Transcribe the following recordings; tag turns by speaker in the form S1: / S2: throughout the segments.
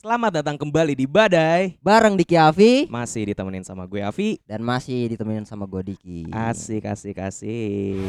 S1: Selamat datang kembali di Badai
S2: bareng Diki Avi
S1: Masih ditemenin sama gue Avi
S2: dan masih ditemenin sama gue Diki.
S1: Asik, asik, asik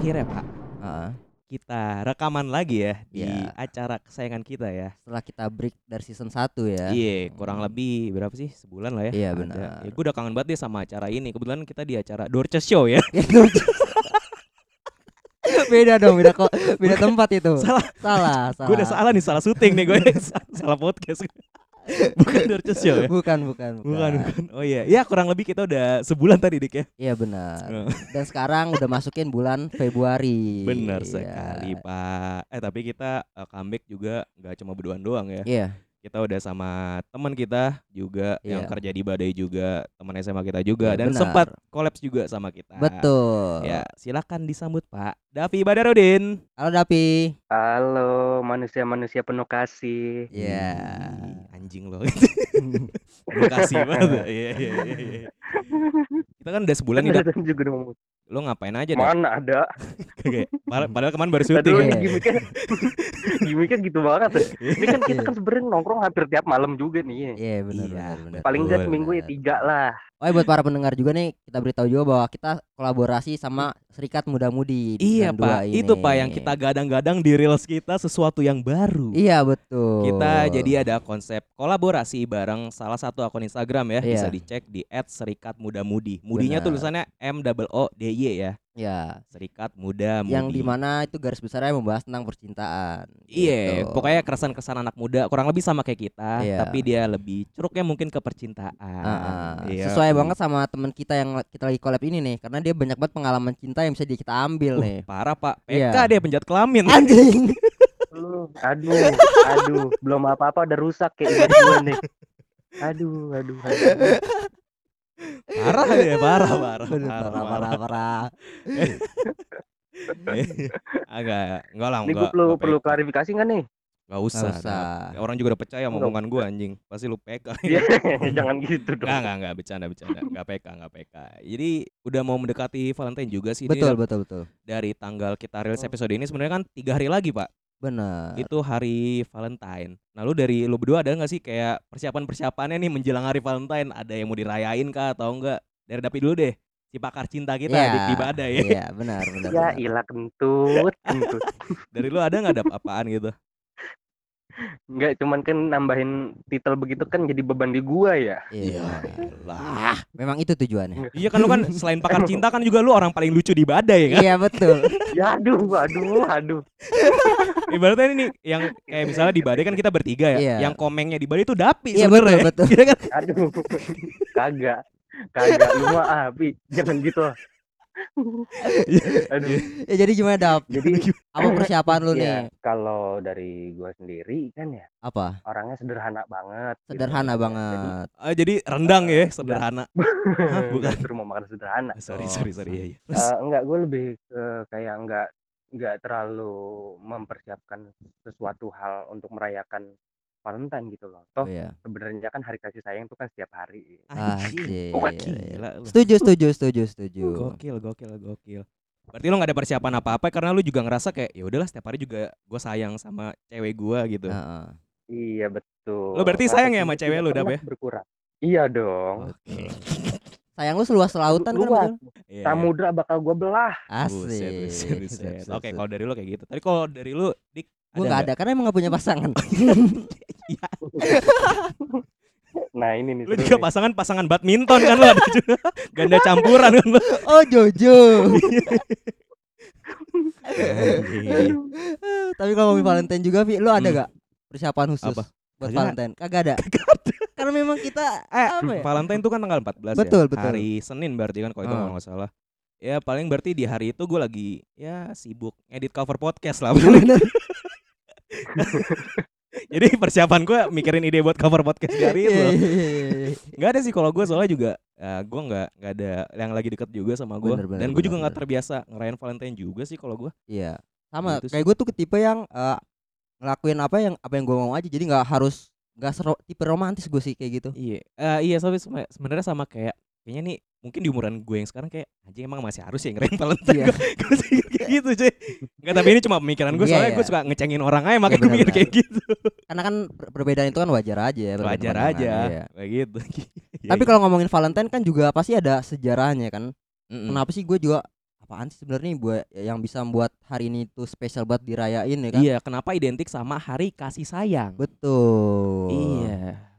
S1: Akhirnya Pak
S2: Heeh.
S1: kita rekaman lagi ya di
S2: Iya.
S1: acara kesayangan kita ya.
S2: setelah kita break dari season 1 ya.
S1: Iya, kurang
S2: Hmm.
S1: lebih berapa sih sebulan lah ya?
S2: Iya,
S1: ada.
S2: benar.
S1: Ya, gue udah kangen banget deh sama acara ini. Kebetulan kita di acara Dorces Show ya.
S2: Ya, dong. beda dong, beda kok, beda tempat itu.
S1: salah,
S2: Salah, salah.
S1: gue udah salah nih, salah syuting nih gue, salah podcast. bukan Dorces Show ya?
S2: Bukan, bukan,
S1: Bukan, bukan. Oh iya, ya kurang lebih kita udah sebulan tadi dik ya.
S2: Iya benar. Dan sekarang udah masukin bulan Februari.
S1: Benar
S2: Iya.
S1: sekali Pak. Eh tapi kita eh, comeback juga nggak cuma berduaan doang ya.
S2: Iya,
S1: Kita udah sama teman kita juga yang
S2: Iya.
S1: kerja di Badai juga, teman SMA kita juga
S2: Iya,
S1: dan
S2: benar.
S1: sempat kolaps juga sama kita.
S2: betul.
S1: Ya, silakan disambut Pak Davi Badarudin.
S2: Halo Dapi.
S3: Halo manusia-manusia penuh kasih.
S2: Iya.
S1: Ih, Anjing lo. Terima kasih banget. Iya, iya, iya, iya. Kita kan udah sebulan nih, Dak.
S3: Datang juga dong.
S1: Lo ngapain aja, Dak?
S3: Mana ada?
S1: Kayak- pad- Padahal kemarin baru
S3: Tadi
S1: syuting.
S2: ya.
S3: ini gimmicknya, kan gimmicknya gitu banget. ya. Ini kan kita
S2: Iya.
S3: kan sebenarnya nongkrong hampir tiap malam juga nih.
S2: Iya benar
S1: Iya,
S2: benar benar.
S3: Paling
S1: betul,
S3: nggak seminggu ya
S2: benar.
S3: tiga lah.
S2: Oh ya buat para pendengar juga nih kita beritahu juga bahwa kita kolaborasi sama Serikat Muda Mudi di
S1: Iya,
S2: Season dua
S1: Pak.
S2: ini.
S1: Itu, Pak, yang kita gadang-gadang di reels kita sesuatu yang baru.
S2: Iya betul
S1: Kita jadi ada konsep kolaborasi bareng salah satu akun Instagram ya. Bisa
S2: Iya.
S1: dicek di @serikatmudamudi. Mudinya
S2: Benar.
S1: tulisannya M O D Y ya.
S2: ya
S1: Serikat Muda Mudi.
S2: yang dimana itu garis besarnya membahas tentang percintaan
S1: Iya,
S2: gitu.
S1: pokoknya keresahan-keresahan anak muda kurang lebih sama kayak kita,
S2: Iya.
S1: tapi dia lebih curugnya mungkin ke percintaan.
S2: Ah,
S1: Iya.
S2: sesuai banget sama teman kita yang kita lagi collab ini nih karena dia banyak banget pengalaman cinta yang bisa di- kita ambil
S1: Uh,
S2: nih
S1: parah Pak, PK
S2: Iya.
S1: dia penjat kelamin.
S2: anjing
S3: Aduh, aduh, aduh, belum apa-apa udah rusak kayak ibu gue nih. Aduh, aduh, aduh.
S1: parah dia, parah, parah,
S2: Aduh,
S1: parah,
S2: parah parah parah
S1: Agak enggak lah,
S3: Ini
S1: enggak.
S3: gue perlu
S1: enggak
S3: perlu
S1: PK.
S3: klarifikasi nggak nih?
S1: Enggak usah.
S2: Nggak usah.
S1: Dak. Orang juga udah percaya sama
S3: Nggak
S1: omongan gua anjing. Pasti lu PK.
S3: Iya, jangan gitu
S1: Enggak,
S3: dong.
S1: enggak, enggak bercanda, bercanda. Enggak PK, enggak PK. Jadi udah mau mendekati Valentine juga sih
S2: betul
S1: Ini ya.
S2: betul betul
S1: dari tanggal kita rilis episode ini sebenarnya kan tiga hari lagi, Pak.
S2: benar
S1: itu gitu hari Valentine. Nah lu dari lu berdua ada nggak sih kayak persiapan-persiapannya nih menjelang hari Valentine? Ada yang mau dirayain kah atau enggak? Dari Dapi dulu deh, si pakar cinta kita
S2: Iya.
S1: di badai ya.
S2: iya benar benar
S3: Ya
S2: benar.
S3: ilah kentut, kentut.
S1: Dari lu ada nggak ada apaan gitu?
S3: Enggak, cuman kan nambahin titel begitu kan jadi beban di gua ya.
S2: iya Ah,
S1: lah.
S2: memang itu tujuannya
S1: Iya kan lu kan selain pakar cinta kan juga lu orang paling lucu di badai kan?
S2: iya betul
S3: Ya aduh, aduh, aduh.
S1: Ibaratnya ini nih, yang kayak misalnya di badai kan kita bertiga ya.
S2: Iya.
S1: Yang komengnya di badai itu Dapi
S2: Iya betul
S1: sebenarnya.
S2: betul.
S1: Iya kan?
S3: Aduh. Kagak. Kagak lu mah api, jangan gitu. lah.
S1: Iya,
S3: aduh.
S2: ya jadi gimana Dap?
S3: Jadi
S2: Apa persiapan
S1: Iya.
S2: lu nih?
S3: ya, kalau dari gua sendiri kan ya
S2: Apa?
S3: orangnya sederhana banget. gitu.
S2: Sederhana
S3: Jadi,
S2: banget.
S1: Eh, jadi rendang
S2: Iya.
S1: ya, sederhana. Hah, bukan.
S3: Bukan rumah makan sederhana.
S1: Sorry, sorry,
S2: Oh.
S1: sorry. Iya, iya. Terus,
S3: Eh, enggak, gue lebih ke kayak enggak enggak terlalu mempersiapkan sesuatu hal untuk merayakan Valentine gitu loh.
S2: Oh
S3: Toh
S2: iya.
S3: sebenarnya kan hari kasih sayang itu kan setiap hari.
S2: Ah,
S1: anjing.
S2: Anjir.
S3: Oh,
S1: Gila lu.
S2: Setuju, setuju, setuju, setuju.
S1: Gokil, gokil, gokil. Berarti lo gak ada persiapan apa-apa karena lu juga ngerasa kayak ya udahlah setiap hari juga gue sayang sama cewek gua gitu.
S2: Heeh.
S3: Iya betul.
S1: Lo berarti
S3: Rasa
S1: sayang ya
S3: cinta
S1: sama cewek
S3: tidak
S1: lu, Dap,
S3: pernah
S1: ya?
S3: Berkurang. Iya dong.
S2: Oke. Sayang lu seluas lautan kan?
S3: Luas.
S2: betul?
S1: Iya.
S3: Samudra bakal gua belah.
S1: Buset,
S2: Asik.
S1: buset, buset. Oke, kalau dari lu kayak gitu. Tapi kalau dari lu Dik
S2: gue nggak ada karena emang gak punya pasangan.
S3: Nah ini nih.
S1: Lu
S3: seru
S1: juga
S3: nih.
S1: pasangan pasangan badminton kan lu ada juga. Ganda campuran kan lu.
S2: oh Jojo.
S1: Anjing.
S2: Tapi kalau ngomongin Valentine juga, Vi, lu ada
S1: Hmm.
S2: gak persiapan khusus
S1: Apa?
S2: buat
S1: Kagak.
S2: Valentine? Kagak ada. karena memang kita
S1: Eh,
S2: apa ya?
S1: Valentine itu kan tanggal 14
S2: Betul,
S1: ya.
S2: betul.
S1: Hari Senin berarti kan kalau itu
S2: Ah.
S1: kalau nggak salah. Ya paling berarti di hari itu gua lagi ya sibuk edit cover podcast lah.
S2: Bener.
S1: Jadi persiapan gue mikirin ide buat cover podcast di hari
S2: Iya,
S1: itu.
S2: iya, iya, iya.
S1: Gak ada sih kalau gue soalnya juga eh, gue nggak nggak ada yang lagi deket juga sama gue.
S2: Bener, bener,
S1: Dan gue
S2: bener,
S1: juga nggak
S2: bener.
S1: terbiasa ngerayain Valentine juga sih kalau gue.
S2: Iya. sama
S1: Gitu sih.
S2: kayak gue tuh tipe yang eh, ngelakuin apa yang apa yang gue mau aja jadi nggak harus nggak sero- tipe romantis gue sih kayak gitu
S1: Iya, eh iya tapi seme- sebenarnya sama kayak kayaknya nih mungkin di umuran gue yang sekarang kayak anjing emang masih harus ya ngerayain Valentine
S2: Iya.
S1: gue, gue sih kayak gitu cuy Enggak tapi ini cuma pemikiran gue
S2: Iya,
S1: soalnya
S2: iya.
S1: gue suka ngecengin orang aja makanya gue mikir
S2: benar-benar.
S1: kayak gitu
S2: karena kan per- perbedaan itu kan wajar aja ya, perbedaan
S1: wajar
S2: pandangan,
S1: aja
S2: iya.
S1: kayak gitu Iya,
S2: tapi
S1: iya.
S2: kalau ngomongin Valentine kan juga pasti ada sejarahnya kan
S1: Mm-mm.
S2: kenapa sih gue juga apaan sih sebenarnya buat yang bisa membuat hari ini tuh spesial buat dirayain ya kan
S1: iya kenapa identik sama hari kasih sayang
S2: betul
S1: iya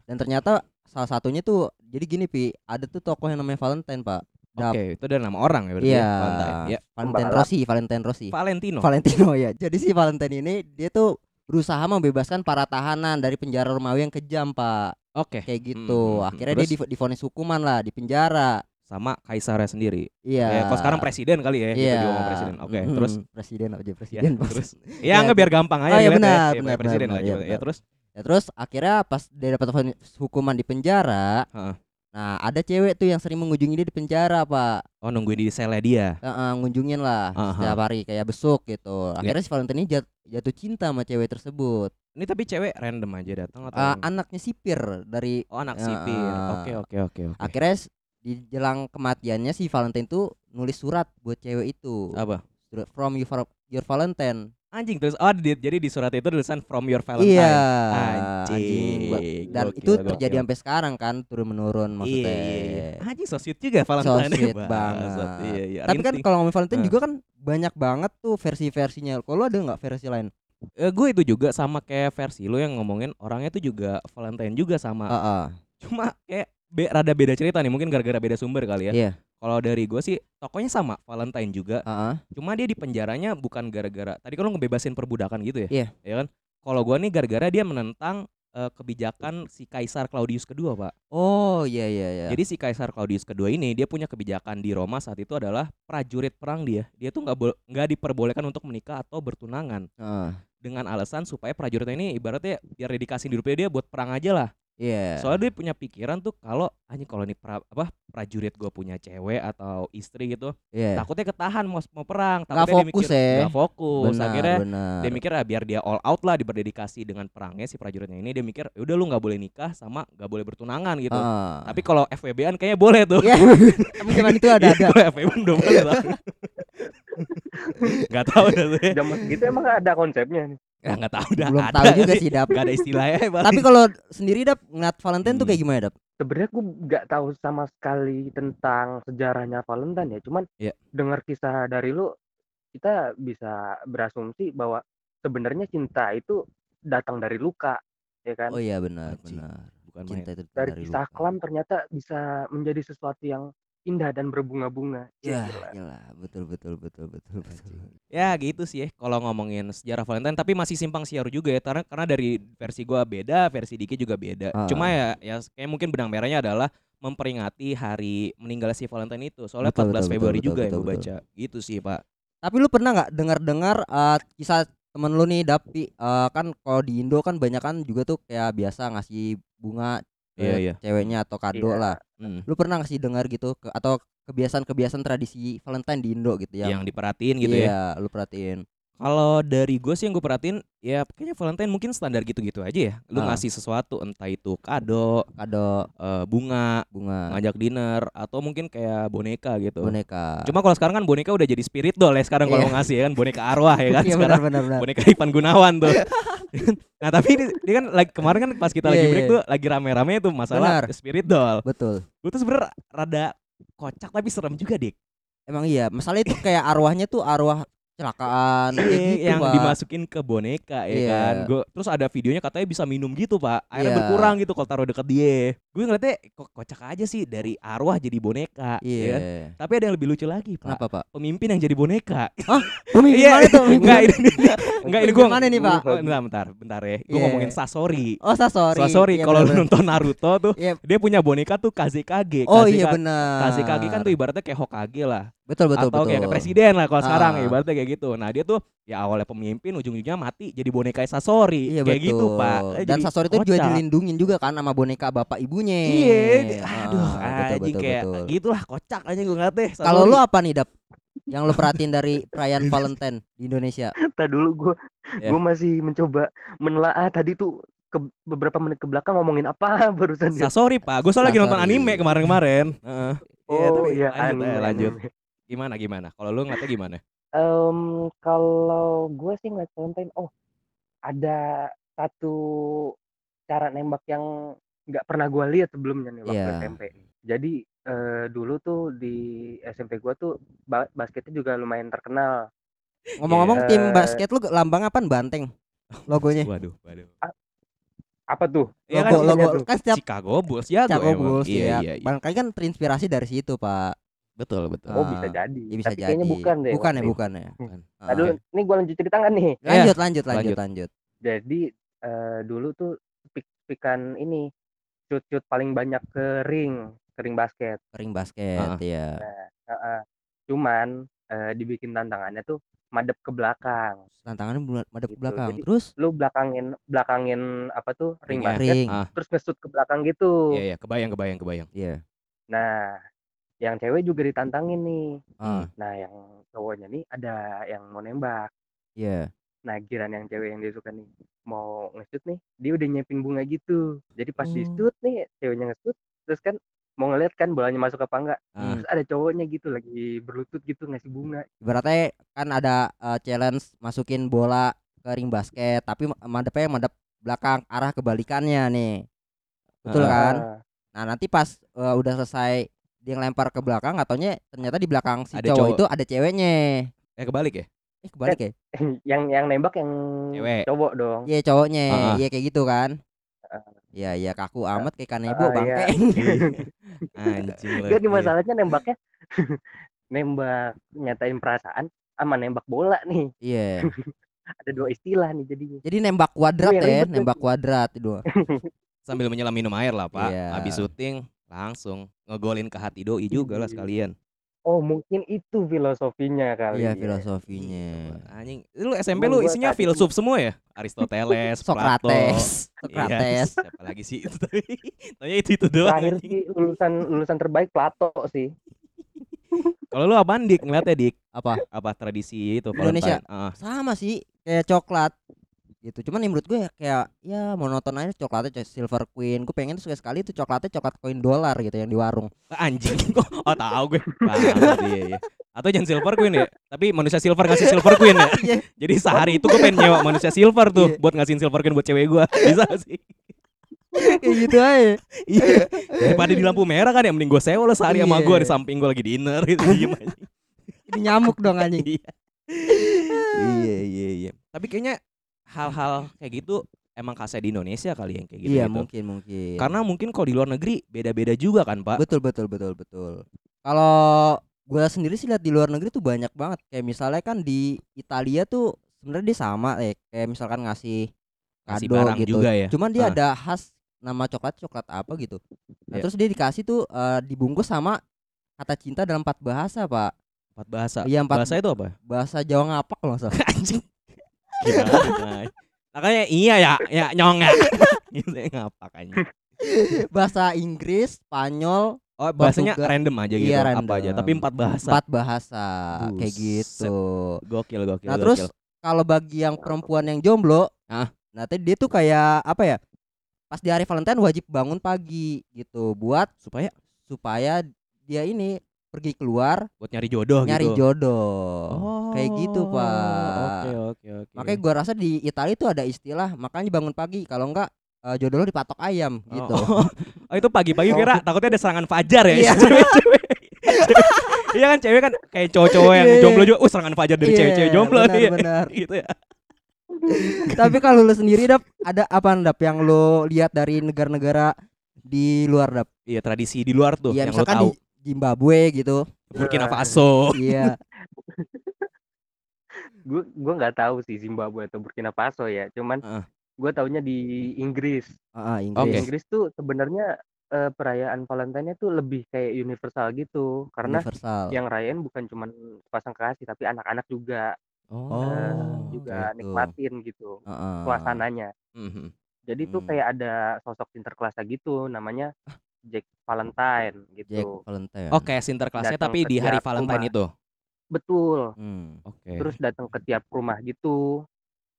S2: dan ternyata salah satunya tuh jadi gini pi ada tuh tokoh yang namanya Valentine pak
S1: oke
S2: Dap-
S1: itu dari nama orang ya berarti ya,
S2: Iya.
S1: Valentine ya
S2: Valentine
S3: Pembalap.
S2: Rossi Valentine Rossi
S1: Valentino
S2: Valentino ya jadi si Valentine ini dia tuh berusaha membebaskan para tahanan dari penjara Romawi yang kejam pak
S1: oke
S2: kayak
S1: Mm,
S2: gitu
S1: mm, mm.
S2: akhirnya dia
S1: Terus?
S2: dif- difonis hukuman lah di penjara
S1: sama kaisarnya sendiri ya
S2: iya
S1: kalau sekarang presiden kali ya gitu dia ngomong presiden oke
S2: Mm-mm.
S1: terus
S2: presiden apa aja
S1: ya,
S2: presiden Pak.
S1: terus ya enggak
S2: ter-
S1: biar gampang aja
S2: Oh, iya,
S1: dilihat ya.
S2: benar,
S1: Ya,
S2: benar,
S1: presiden
S2: benar,
S1: lah
S2: iya,
S1: coba. ya
S2: benar.
S1: terus
S2: Ya, terus akhirnya pas dia dapat vonis- hukuman di penjara,
S1: Heeh.
S2: nah ada cewek tuh yang sering mengunjungi dia di penjara pak,
S1: Oh nungguin di selnya dia.
S2: Heeh, ngunjungin lah
S1: Aha.
S2: setiap hari kayak besok
S1: Iya.
S2: gitu. Akhirnya si Valentine ini jat- jatuh cinta sama cewek tersebut.
S1: Ini tapi cewek random aja datang atau
S2: Eh,
S1: emang-
S2: anaknya sipir dari
S1: oh anak
S2: ya,
S1: sipir.
S2: ah.
S1: Oke oke oke oke.
S2: akhirnya s- di jelang kematiannya si Valentine tuh nulis surat buat cewek itu
S1: Apa?
S2: Surat, from you for- your Valentine.
S1: Anjing terus oh di- jadi di surat itu tulisan from your Valentine.
S2: Iya.
S1: Anjing.
S2: Gua- Dan
S1: Gokil,
S2: itu
S1: gokil.
S2: terjadi sampai sekarang kan turun menurun
S1: Iya,
S2: maksudnya.
S1: iya, iya. Anjing so sweet juga Valentine.
S2: So sweet
S1: Bangsat,
S2: banget.
S1: Iya iya.
S2: Tapi kan
S1: Rintik.
S2: kalau ngomongin Valentine
S1: Nah.
S2: juga kan banyak banget tuh versi-versinya. Kalau lu ada nggak versi lain?
S1: Eh, gue itu juga sama kayak versi lu yang ngomongin orangnya tuh juga Valentine juga sama.
S2: Heeh.
S1: Cuma kayak be- rada beda cerita nih mungkin gara-gara beda sumber kali ya.
S2: Iya.
S1: Kalau dari gue sih tokonya sama Valentine juga
S2: Heeh.
S1: Cuma dia di penjaranya bukan gara-gara tadi kan lo ngebebasin perbudakan gitu ya.
S2: Iya.
S1: Ya kan? Kalau gua nih gara-gara dia menentang eh, kebijakan si Kaisar Claudius kedua, Pak.
S2: Oh iya iya iya.
S1: Jadi si Kaisar Claudius kedua ini dia punya kebijakan di Roma saat itu adalah prajurit perang dia. Dia tuh nggak bo- nggak diperbolehkan untuk menikah atau bertunangan
S2: Heeh.
S1: dengan alasan supaya prajuritnya ini ibaratnya biar dedikasi hidupnya dia buat perang aja lah.
S2: Iya.
S1: Soalnya dia punya pikiran tuh kalau anjing kalau ini pra- apa prajurit gua punya cewek atau istri gitu,
S2: Iya.
S1: takutnya ketahan mau mau perang,
S2: Nggak
S1: takutnya dia
S2: fokus
S1: mikir-
S2: ya.
S1: nggak fokus.
S2: Benar,
S1: Akhirnya
S2: benar.
S1: dia mikir ah, biar dia all out lah diberdedikasi dengan perangnya si prajuritnya ini dia mikir "Ya udah lu nggak boleh nikah sama nggak boleh bertunangan gitu
S2: Heeh.
S1: tapi kan kalau FWB-an kayaknya boleh tuh
S2: Iya. Kemungkinan itu Iya, ada ada.
S1: kalau FWB-an udah boleh lah nggak tahu dah tuh ya
S3: Zaman segitu emang ada konsepnya nih.
S1: Ya, nggak tahu dah
S2: Belum
S1: ada
S2: tahu juga sih Dap.
S1: nggak ada istilahnya Bang.
S2: Tapi kalau sendiri Dap ngeliat Valentine
S1: Hmm.
S2: tuh kayak gimana Dap?
S3: Sebenarnya gue nggak tahu sama sekali tentang sejarahnya Valentine ya. Cuman
S1: Iya.
S3: dengar kisah dari lu, kita bisa berasumsi bahwa sebenarnya cinta itu datang dari luka, ya kan?
S2: Oh iya benar
S1: Anjing. ya?
S2: benar.
S1: bukan main
S2: Cinta itu
S3: dari,
S2: dari
S3: kisah
S2: luka.
S3: kelam ternyata bisa menjadi sesuatu yang indah dan berbunga-bunga.
S2: Ya,
S1: Iya,
S3: Ya, gila.
S2: gila. betul betul betul betul betul.
S1: ya gitu sih ya kalau ngomongin sejarah Valentine tapi masih simpang siur juga ya karena karena dari versi gua beda versi Diki juga beda
S2: Ah.
S1: cuma ya ya kayak mungkin benang merahnya adalah memperingati hari meninggal si Valentine itu soalnya 14
S2: Betul, betul, betul,
S1: Februari
S2: betul,
S1: juga yang
S2: betul,
S1: gue
S2: betul.
S1: baca gitu sih pak
S2: Tapi lu pernah nggak dengar-dengar eh, kisah temen lu nih Dapi eh, kan kalau di Indo kan banyak kan juga tuh kayak biasa ngasih bunga ke
S1: Iya, iya.
S2: ceweknya atau kado
S3: Iya.
S2: lah.
S1: Mm.
S2: Lu pernah nggak sih dengar gitu ke, atau kebiasaan-kebiasaan tradisi Valentine di Indo gitu
S1: yang
S2: yang
S1: diperhatiin gitu ya.
S2: iya, lu perhatiin.
S1: Kalau dari gue sih yang gue perhatiin ya kayaknya Valentine mungkin standar gitu-gitu aja ya. Lu
S2: Ah.
S1: ngasih sesuatu entah itu kado,
S2: Kado
S1: eh, bunga,
S2: bunga
S1: ngajak dinner atau mungkin kayak boneka gitu.
S2: boneka.
S1: Cuma kalau sekarang kan boneka udah jadi spirit doll ya sekarang kalau
S2: Iya.
S1: mau ngasih ya kan boneka arwah ya kan
S2: Iya
S1: sekarang.
S2: benar benar benar.
S1: Boneka Ivan Gunawan tuh. nah tapi ini, dia kan lagi, kemarin kan pas kita lagi
S2: Iya,
S1: break
S2: iya.
S1: tuh lagi rame-rame tuh masalah
S2: Benar.
S1: spirit doll.
S2: Betul.
S1: Gue tuh sebenernya rada kocak tapi serem juga dik.
S2: Emang iya, masalah itu kayak arwahnya tuh arwah kecelakaan kayak
S1: Iya,
S2: gitu,
S1: yang
S2: Pak.
S1: dimasukin ke boneka ya
S2: Iya.
S1: kan. Gua, terus ada videonya katanya bisa minum gitu pak. Airnya
S2: Iya.
S1: berkurang gitu kalau taruh deket dia. Gue ngeliatnya kok kocak aja sih dari arwah jadi boneka.
S2: Iya.
S1: ya kan? Tapi ada yang lebih lucu lagi pak.
S2: Kenapa, Pak?
S1: Pemimpin yang jadi boneka.
S2: Pemimpin
S1: Iya.
S2: mana tuh? Pemimpin
S1: Enggak ini, ini- enggak ini gue.
S2: Mana nih, Pak?
S1: Bentar, bentar, bentar ya. Gue
S2: Iya.
S1: ngomongin Sasori.
S2: Oh, Sasori.
S1: Sasori
S2: Iya,
S1: kalau lu
S2: benar, benar.
S1: nonton Naruto tuh,
S2: Iya.
S1: dia punya boneka tuh Kazekage.
S2: Oh iya
S1: Kazeka-
S2: benar.
S1: Kazekage kan tuh ibaratnya kayak Hokage lah.
S2: betul betul
S1: atau
S2: betul.
S1: kayak gitu. presiden lah kalau sekarang
S2: Ah.
S1: ibaratnya kayak gitu. Nah dia tuh ya awalnya pemimpin ujung-ujungnya mati jadi boneka Sasori
S2: Iya
S1: kayak
S2: betul.
S1: gitu pak. Eh,
S2: Dan
S1: jadi
S2: Sasori itu juga
S1: kocak.
S2: dilindungin juga kan sama boneka bapak ibunya.
S1: Iya, di-
S2: Ah,
S1: aduh anjing kayak gitulah kocak anjing gue ngeliatnya.
S2: Kalau lu apa nih, Dap? yang lo perhatiin dari perayaan Valentine di Indonesia?
S3: Tadi Nah, dulu gue
S1: Ya.
S2: Iya.
S3: gue masih mencoba menelaah tadi tuh ke beberapa menit ke belakang ngomongin apa barusan ya.
S1: Sasori pak, gue soalnya lagi nonton
S2: Sasori.
S1: anime kemarin-kemarin. Heeh. Iya,
S3: Oh,
S1: tapi
S3: iya,
S1: lanjut,
S3: anime,
S1: eh, lanjut.
S3: anime.
S1: Gimana gimana? Kalau lu ngeliatnya gimana?
S3: Em, kalau gue sih ngeliat Valentine, oh ada satu cara nembak yang nggak pernah gue lihat sebelumnya nih waktu
S2: Iya.
S3: SMP. Jadi eh, dulu tuh di SMP gue tuh ba- basketnya juga lumayan terkenal.
S2: Ngomong-ngomong tim
S3: Eh.
S2: basket lu lambang apaan banteng? Logonya.
S1: Waduh, waduh.
S3: Apa tuh?
S1: Iya
S2: Logo
S1: kan
S2: logo
S3: Iya tuh.
S2: Eh. kan setiap
S1: Chicago Bulls ya gue
S2: Chicago
S1: emang.
S2: Bulls
S1: iya,
S2: ya.
S1: iya, iya.
S2: Barangkali kan terinspirasi dari situ, Pak.
S1: Betul betul.
S3: Oh bisa
S2: Ah,
S3: jadi.
S2: Ya bisa
S3: Tapi
S2: jadi.
S3: kayaknya bukan deh.
S2: Bukan ya,
S3: waktu itu.
S2: bukan ya.
S1: Bukan.
S2: Ah.
S3: Aduh, Iya. ini gue lanjut cerita nggak nih?
S2: Lanjut, lanjut, lanjut,
S1: lanjut.
S2: lanjut.
S3: Jadi eh, dulu tuh pik-pikan ini shoot-shoot paling banyak ke ring, ke ring basket.
S2: Ring basket, ya.
S3: Heeh. Cuman eh, dibikin tantangannya tuh madep ke belakang.
S2: Tantangannya bulat madep ke
S3: Gitu,
S2: belakang.
S3: jadi-
S2: Terus
S3: Lu belakangin belakangin apa tuh ring
S1: Ringnya.
S3: basket,
S2: ring.
S1: Ah.
S3: terus ngesut ke belakang gitu.
S1: Iya iya, kebayang kebayang kebayang.
S2: Iya.
S3: Nah, yang cewek juga ditantangin nih.
S2: Ah,
S3: Nah, yang cowoknya nih ada yang mau nembak.
S2: iya.
S3: Nah, giran yang cewek yang dia suka nih mau ngesut nih, dia udah nyiapin bunga gitu. Jadi pas
S1: Hmm.
S3: di
S2: Oh.
S3: shoot nih, ceweknya ngesut, terus kan mau ngeliat kan bolanya masuk apa enggak.
S1: Ah.
S3: Terus ada cowoknya gitu lagi berlutut gitu ngasih bunga.
S2: Ibaratnya kan ada eh, challenge masukin bola ke ring basket, tapi ma- madepnya madep belakang arah kebalikannya nih. Betul
S1: Ah.
S2: kan?
S3: Ah,
S2: Nah, nanti pas eh, udah selesai dia ngelempar ke belakang katanya ternyata di belakang si
S1: Ada
S2: cowok,
S1: cowok.
S2: itu ada ceweknya.
S1: Eh kebalik ya?
S2: Eh kebalik ya?
S3: yang yang nembak yang
S1: Cewek.
S3: cowok dong.
S2: Iya cowoknya.
S1: Ah, ah.
S2: Iya kayak gitu kan. Iya iya kaku amat kayak
S1: iya.
S2: kanebo
S3: Ah,
S2: bangke.
S1: Anjing lu.
S3: Gak nih
S1: Iya.
S3: masalahnya nembaknya nembak nyatain perasaan sama nembak bola nih.
S2: Iya.
S3: Ada dua istilah nih jadinya.
S2: Jadi nembak kuadrat
S1: Iya,
S3: Gua yang
S2: ya,
S3: ribet
S2: nembak kuadrat itu.
S1: Sambil menyelam minum air lah pak.
S2: Iya.
S1: Habis syuting langsung ngegolin ke hati doi juga lah
S3: Iya.
S1: sekalian.
S3: Oh, mungkin itu
S1: Oh,
S3: filosofinya kali.
S2: Iya
S3: ya.
S1: Iya,
S2: filosofinya.
S1: Anjing, lu SMP
S3: Cuman
S1: lu
S3: gua
S1: isinya
S3: tadi-
S1: filsuf semua ya? Aristoteles, Plato. Iya,
S2: Socrates, Socrates.
S1: siapa lagi sih itu tadi? Tanya itu itu doang.
S3: Terakhir
S1: anjing.
S3: sih lulusan lulusan terbaik Plato sih.
S1: Kalau lu apaan dik ngeliatnya dik?
S2: Apa?
S1: Apa tradisi itu
S2: Indonesia.
S1: Valentine? Ah,
S2: Sama sih kayak coklat gitu. Cuman yang menurut gue kayak ya monoton aja coklatnya kayak Silver Queen. Gue pengen suka sekali itu coklatnya coklat koin dolar gitu yang di warung.
S1: Ah, anjing kok oh tahu gue. Bangsat, iya, iya. Atau jangan silver queen ya? Tapi manusia silver ngasih silver queen ya.
S2: Iya.
S1: Jadi sehari itu gue pengen nyewa manusia silver tuh
S2: Iya.
S1: buat ngasihin silver queen buat cewek gue. Bisa gak sih?
S2: kayak gitu aja.
S1: Iya. Daripada di lampu merah kan ya mending gue sewa lah sehari sama
S2: Iya.
S1: gue di samping gue lagi dinner gitu diem aja.
S2: Ini nyamuk dong anjing.
S1: Iya. Iya iya iya. Tapi kayaknya hal-hal kayak gitu emang khasnya di Indonesia kali yang kayak gitu.
S2: Iya mungkin mungkin.
S1: Karena mungkin kalau di luar negeri beda-beda juga kan, Pak.
S2: betul betul betul betul. Kalau gue sendiri sih lihat di luar negeri tuh banyak banget. Kayak misalnya kan di Italia tuh sebenarnya dia sama eh kayak misalkan ngasih
S1: Kasih
S2: kado
S1: barang
S2: gitu.
S1: juga ya.
S2: Cuman dia
S1: Ah.
S2: ada khas nama coklat coklat apa gitu. Nah,
S1: Iya.
S2: terus dia dikasih tuh eh, dibungkus sama kata cinta dalam empat bahasa, Pak.
S1: Empat bahasa.
S2: Iya, empat
S1: Bahasa itu apa?
S2: bahasa Jawa ngapak kalau nggak salah.
S1: anjing gimana Nay? makanya iya ya ya nyong ya gitu ya, ngapak anjing
S2: bahasa Inggris, Spanyol,
S1: oh bahasanya
S2: Portugal.
S1: random aja gitu
S2: Iya,
S1: apa aja
S2: random.
S1: tapi empat bahasa
S2: empat bahasa kayak
S1: Buset.
S2: gitu.
S1: gokil gokil
S2: Nah,
S1: gokil.
S2: terus kalau bagi yang perempuan yang jomblo,
S1: Ah.
S2: nah tadi dia tuh kayak apa ya? Pas di hari Valentine wajib bangun pagi gitu buat
S1: supaya
S2: supaya dia ini pergi keluar
S1: buat nyari jodoh
S2: nyari
S1: gitu
S2: jodoh. Kayak gitu,
S1: Oh,
S2: Pak.
S1: oke oke oke
S2: Makanya gua rasa di Italia itu ada istilah makanya bangun pagi kalau enggak eh, jodoh lo dipatok ayam
S1: Oh.
S2: gitu.
S1: oh, itu pagi-pagi
S3: Oh.
S1: kira takutnya ada serangan fajar ya
S2: Iya.
S1: cewek-cewek iya kan cewek kan kayak cowok-cowok yang
S2: Iya, iya.
S1: jomblo juga uh serangan fajar dari
S2: Iya,
S1: cewek-cewek jomblo
S2: benar,
S1: iya.
S2: benar.
S1: gitu ya
S2: Tapi kalau lu sendiri dap ada apa dap yang lu lihat dari negara-negara di luar dap?
S1: iya tradisi di luar tuh
S2: Iya
S1: yang lo
S2: misalkan
S1: tahu
S2: di Zimbabwe gitu.
S1: Burkina Faso
S2: Iya.
S3: Gue gua nggak tahu sih Zimbabwe atau Burkina Faso ya. Cuman
S1: Heeh.
S3: gue taunya di Inggris.
S2: Ah, ah,
S1: Oke.
S3: Di
S2: Inggris.
S3: Inggris tuh sebenarnya eh, perayaan Valentine-nya tuh lebih kayak universal gitu karena
S2: Universal.
S3: yang rayain bukan cuman pasang kekasih tapi anak-anak juga eh,
S2: Oh,
S3: juga gitu.
S2: gitu.
S3: nikmatin gitu
S2: Heeh.
S3: suasananya.
S1: Mhm.
S3: Jadi tuh
S2: Hmm.
S3: kayak ada sosok interklasa gitu namanya Jack Valentine
S2: Jack
S3: gitu.
S2: Valentine. kan?
S1: Oh kayak sinterklasnya
S3: Datang
S1: tapi
S3: ke
S1: di hari
S3: tiap
S1: Valentine
S3: rumah.
S1: itu.
S3: betul
S2: Hmm,
S1: Oke.
S3: terus datang ke tiap rumah gitu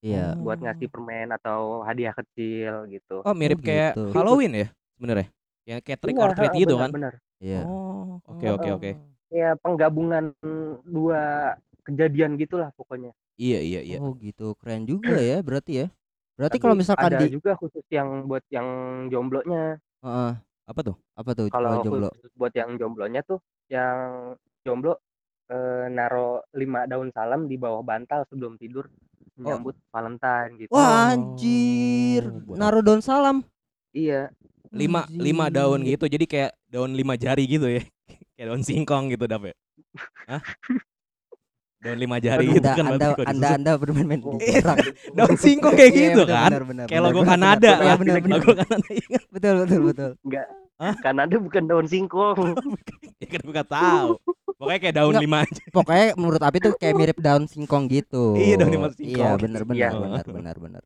S2: iya.
S1: Oh.
S3: buat ngasih permen atau hadiah kecil gitu
S1: Oh mirip
S2: Oh,
S1: kayak
S2: gitu.
S1: Halloween ya sebenarnya. Yang kayak trick or
S3: Iya,
S1: treat
S3: ha,
S1: gitu
S3: benar,
S1: kan.
S3: benar
S2: Iya.
S1: Oh, oke oke oke.
S3: ya penggabungan dua kejadian gitulah pokoknya
S1: Iya iya iya.
S2: Oh gitu, keren juga ya berarti ya. Berarti
S3: Tapi
S2: kalau misalkan
S3: ada
S2: di
S3: juga khusus yang buat yang jomblonya
S2: Heeh,
S1: Apa tuh?
S2: apa tuh
S1: Oh,
S2: kalau
S3: kalau Oh.
S2: jomblo?
S3: khusus buat yang jomblonya tuh yang jomblo eh, naro lima daun salam di bawah bantal sebelum tidur menyambut Valentine gitu
S2: Wah anjir,
S1: Oh, buat
S2: naruh daun salam.
S3: iya
S1: Lima lima daun gitu. Jadi kayak daun lima jari gitu ya. kayak daun singkong gitu dapet. Hah? Daun lima jari
S2: Aduh,
S1: gitu
S2: anda,
S1: kan
S2: anda,
S1: berarti kalau
S2: anda,
S1: disusun.
S2: anda bermain-main
S3: Oh.
S2: di
S1: Iya,
S2: kotak.
S1: Daun singkong kayak
S2: Iya,
S1: gitu
S2: benar,
S1: kan.
S2: benar, benar,
S1: Kayak
S2: benar,
S1: logo
S2: benar, benar,
S1: Kanada
S2: benar,
S1: ya.
S2: benar, benar.
S1: Logo Kanada ingat.
S2: Betul betul betul.
S3: karena ada bukan daun singkong
S1: Ya kan gue gak tahu. Pokoknya kayak daun
S2: Nggak.
S1: lima aja.
S2: Pokoknya menurut Api tuh kayak mirip daun singkong gitu.
S1: Iya, daun lima
S2: Iya
S1: singkong.
S2: benar
S3: Iya.
S2: benar benar benar benar.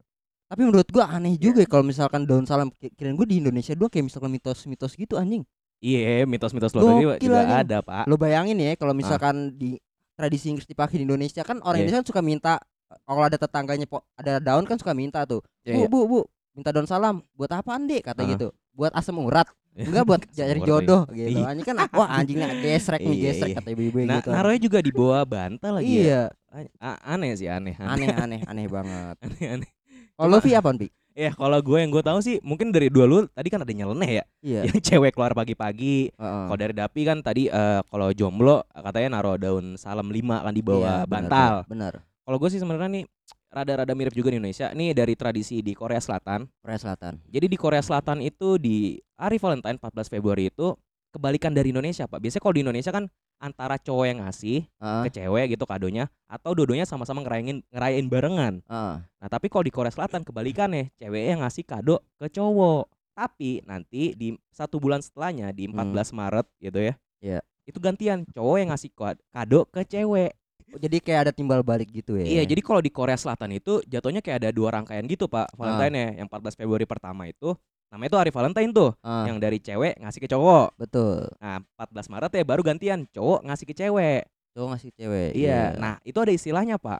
S2: Tapi menurut gua aneh juga ya kalau misalkan daun salam Ki- kirain gua di Indonesia doang kayak misalkan mitos-mitos gitu anjing.
S1: Iya, mitos-mitos luar negeri
S2: Gokil
S1: juga
S2: anjing.
S1: ada, Pak.
S2: Lo bayangin ya kalau misalkan di tradisi Inggris dipakai di Indonesia kan
S1: Ah. Iya.
S2: orang Indonesia kan suka minta kalau ada tetangganya po- ada daun kan suka minta tuh.
S1: Iya, iya.
S2: bu, bu, bu, minta daun salam buat apaan, Dek?
S1: Ah.
S2: Kata gitu. Buat asam urat. Enggak buat cari
S1: Sumur,
S2: jodoh
S1: Iya.
S2: gitu. Anjing kan wah anjing nak gesrek nih
S1: Iya,
S2: gesrek
S1: iya.
S2: kata ibu-ibu
S1: Nah,
S2: gitu.
S1: naruhnya juga di bawah bantal lagi ya. Nah.
S2: Iya,
S1: A- aneh sih, aneh. Aneh,
S2: aneh aneh aneh banget.
S1: aneh. aneh.
S2: Kalau Luffy apaan, Pi?
S1: Ya, kalau gue yang gue tahu sih mungkin dari dua lu tadi kan ada nyeleneh ya.
S2: Iya. Oh.
S1: Yang cewek keluar pagi-pagi.
S2: heeh.
S1: Kalau dari Dapi kan tadi eh, kalau jomblo katanya naruh daun salam lima kan di bawah
S2: Iya, benar,
S1: bantal.
S2: Benar.
S1: Kalau gue sih sebenarnya nih rada-rada mirip juga di Indonesia. Nih dari tradisi di Korea Selatan.
S2: Korea Selatan.
S1: Jadi di Korea Selatan itu di hari Valentine 14 Februari itu kebalikan dari Indonesia, Pak. Biasanya kalau di Indonesia kan antara cowok yang ngasih
S2: Heeh.
S1: ke cewek gitu kadonya atau dua-duanya sama-sama ngerayain ngerayain barengan.
S2: heeh.
S1: Nah, tapi kalau di Korea Selatan kebalikannya, cewek yang ngasih kado ke cowok. Tapi nanti di satu bulan setelahnya di 14 Maret gitu ya.
S2: Hmm. Iya.
S1: Itu gantian cowok yang ngasih ko- kado ke cewek.
S2: Oh, Jadi kayak ada timbal balik gitu ya.
S1: Iya, jadi kalau di Korea Selatan itu jatuhnya kayak ada dua rangkaian gitu, Pak.
S2: Ah.
S1: Valentine ya, yang 14 Februari pertama itu namanya itu hari Valentine tuh,
S2: Heeh,
S1: yang dari cewek ngasih ke cowok.
S2: Ah. betul.
S1: Nah, 14 Maret ya baru gantian cowok ngasih ke cewek.
S2: Cowok ngasih cewek.
S1: Iya. Nah, itu ada istilahnya, Pak.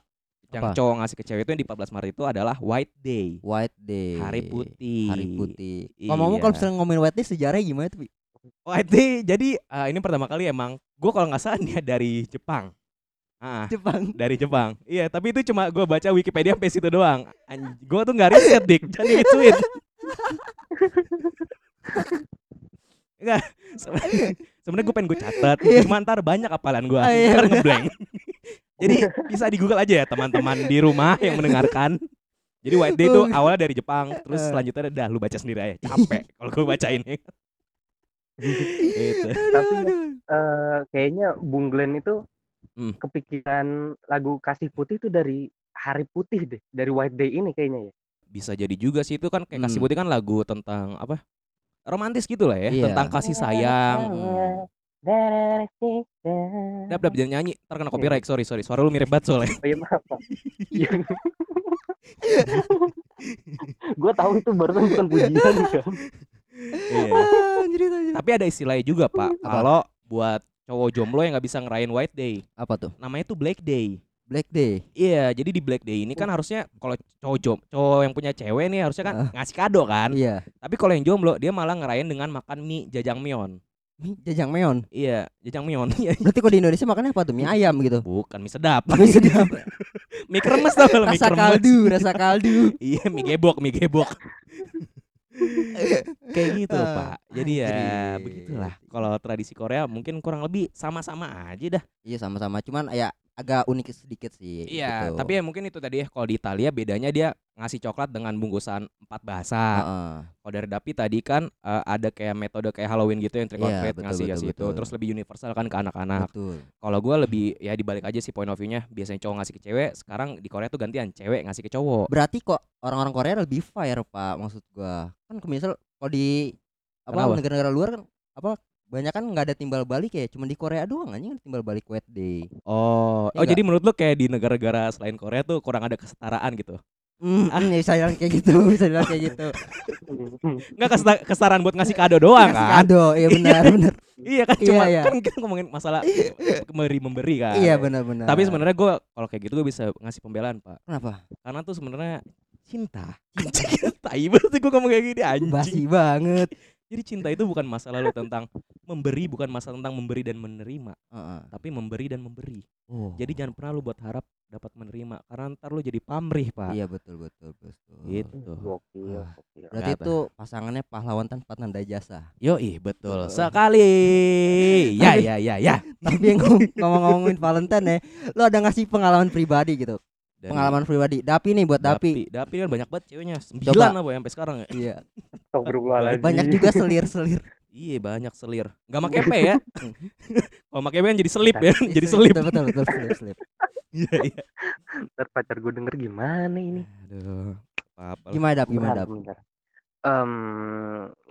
S1: Yang
S2: Apa?
S1: cowok ngasih ke cewek itu yang di 14 Maret itu adalah White Day.
S2: White Day.
S1: Hari putih.
S2: Hari putih. Ngomong-ngomong kalau
S1: Iya.
S2: misalnya ngomongin White Day sejarahnya gimana tuh? Pi?
S1: White Day. Oh, Jadi eh, ini pertama kali emang gue kalau nggak salah dia dari Jepang. Ah,
S2: Jepang.
S1: dari Jepang. Iya, tapi itu cuma gue baca Wikipedia sampai situ doang. Gue tuh nggak riset dik, jangan digituin. Enggak, sebenarnya- sebenarnya gue pengen gue catat, cuma ntar banyak apalan gue,
S2: Iya. Ah, iya,
S1: ntar ngeblank. Jadi bisa di Google aja ya teman-teman di rumah yang mendengarkan. Jadi White Day itu
S2: Iya. Oh.
S1: awalnya dari Jepang, terus
S2: Eh.
S1: selanjutnya dah lu baca sendiri aja. Capek kalau gue bacain. gitu.
S3: tapi eh, kayaknya Bung Glenn itu
S1: Hmm.
S3: kepikiran lagu kasih putih itu dari hari putih deh dari White Day ini kayaknya ya
S1: Bisa jadi juga sih itu kan kayak kasih
S2: Hmm.
S1: putih kan lagu tentang apa? Romantis gitu lah ya,
S2: Iya.
S1: tentang kasih sayang.
S3: iya.
S2: Hmm.
S1: Dap dap jangan nyanyi, ntar kena copyright.
S2: Iya.
S1: Sorry sorry, suara lu mirip banget soalnya.
S3: Oh iya maaf Pak. Iya. Gue tahu itu barusan bukan pujian kan.
S1: Iya.
S2: Ah, anjir, anjir.
S1: Tapi ada istilahnya juga pak,
S2: Apa?
S1: kalau buat cowok jomblo yang nggak bisa ngerayain White Day,
S2: Apa tuh?
S1: namanya tuh Black Day.
S2: Black Day.
S1: Iya, jadi di Black Day ini kan harusnya kalau cowok jom, cowok yang punya cewek nih harusnya kan
S2: Ah.
S1: ngasih kado kan.
S2: Iya.
S1: Tapi kalau yang jomblo dia malah ngerayain dengan makan mie jajangmyeon.
S2: Mie jajangmyeon.
S1: Iya, jajangmyeon. Iya,
S2: Berarti kalau di Indonesia makannya apa tuh? Mie ayam gitu.
S1: Bukan mie sedap.
S2: Mie sedap.
S1: mie kremes tau kalau mie
S2: rasa
S1: kremes.
S2: kaldu, rasa kaldu.
S1: Iya, mie gebok, mie gebok. Kayak gitu loh,
S2: Ah,
S1: Pak. Jadi gitu. ya
S2: anjrit.
S1: begitulah. Kalau tradisi Korea mungkin kurang lebih sama-sama aja dah.
S2: Iya sama-sama, cuman ya agak unik sedikit sih.
S1: Iya,
S2: gitu.
S1: tapi ya mungkin itu tadi ya kalau di Italia bedanya dia ngasih coklat dengan bungkusan empat bahasa.
S2: Heeh.
S1: Kalau dari Dapi tadi kan eh, ada kayak metode kayak Halloween gitu yang trick or
S2: Iya,
S1: treat
S2: betul,
S1: ngasih
S2: betul,
S1: ngasih itu.
S2: betul.
S1: Terus lebih universal kan ke anak-anak.
S2: betul.
S1: Kalau gua lebih ya dibalik aja sih point of view-nya. Biasanya cowok ngasih ke cewek, sekarang di Korea tuh gantian cewek ngasih ke cowok.
S2: Berarti kok orang-orang Korea lebih fair, Pak, maksud gua. Kan ke- misal kalau di
S1: Kenapa?
S2: apa negara-negara luar kan apa banyak kan nggak ada timbal balik ya, cuman di Korea doang anjing ada timbal balik White Day.
S1: Oh, oh
S2: Iya nggak?
S1: jadi menurut lu kayak di negara-negara selain Korea tuh kurang ada kesetaraan gitu.
S2: Hmm, hmm, ya bisa bilang kayak gitu, bisa bilang kayak gitu.
S3: Hmm.
S1: Enggak kesta- kesetaraan buat ngasih kado doang
S2: Kasih
S1: kan?
S2: Kado, iya benar, benar.
S1: Iya kan cuma
S2: Iya, iya.
S1: kan kita ngomongin masalah memberi memberi kan.
S2: Iya benar, benar.
S1: Tapi sebenarnya gue kalau kayak gitu gue bisa ngasih pembelaan pak.
S2: kenapa?
S1: Karena tuh sebenarnya cinta. Tai banget sih gue ngomong kayak gini anjing.
S2: Basi banget.
S1: Jadi cinta itu bukan masalah lu tentang memberi, bukan masalah tentang memberi dan menerima,
S2: Heeh.
S1: tapi memberi dan memberi.
S2: Oh.
S1: Jadi jangan pernah lu buat harap dapat menerima karena ntar lu jadi pamrih, Pak.
S2: iya betul betul betul.
S1: Gitu.
S3: Gokil,
S2: Wah.
S3: gokil.
S2: Berarti
S1: Ternyata.
S2: itu pasangannya pahlawan tanpa tanda jasa.
S1: Yoi, betul
S3: Betul.
S1: sekali. Ya, ya, ya, ya.
S2: Tapi yang ngom- ngomong-ngomongin Valentine ya, lo ada ngasih pengalaman pribadi gitu?
S1: Dari
S2: Pengalaman pribadi. Dapi nih buat Dapi.
S1: Dapi, Dapi kan banyak banget ceweknya. Sembilan apa ya sampai sekarang ya?
S2: Iya.
S3: Astagfirullahaladzim.
S2: Banyak juga selir-selir.
S1: Iya, banyak selir. Gak pakai P ya. Kalau pakai P kan jadi selip ya, jadi
S2: Selir,
S1: selip.
S2: Iya, Betul betul betul selip-selip.
S1: Iya, iya.
S3: Ntar pacar gue denger gimana ini.
S1: Aduh. Apa-apa. lah.
S2: Gimana Dap? Gimana Dap?
S3: Em,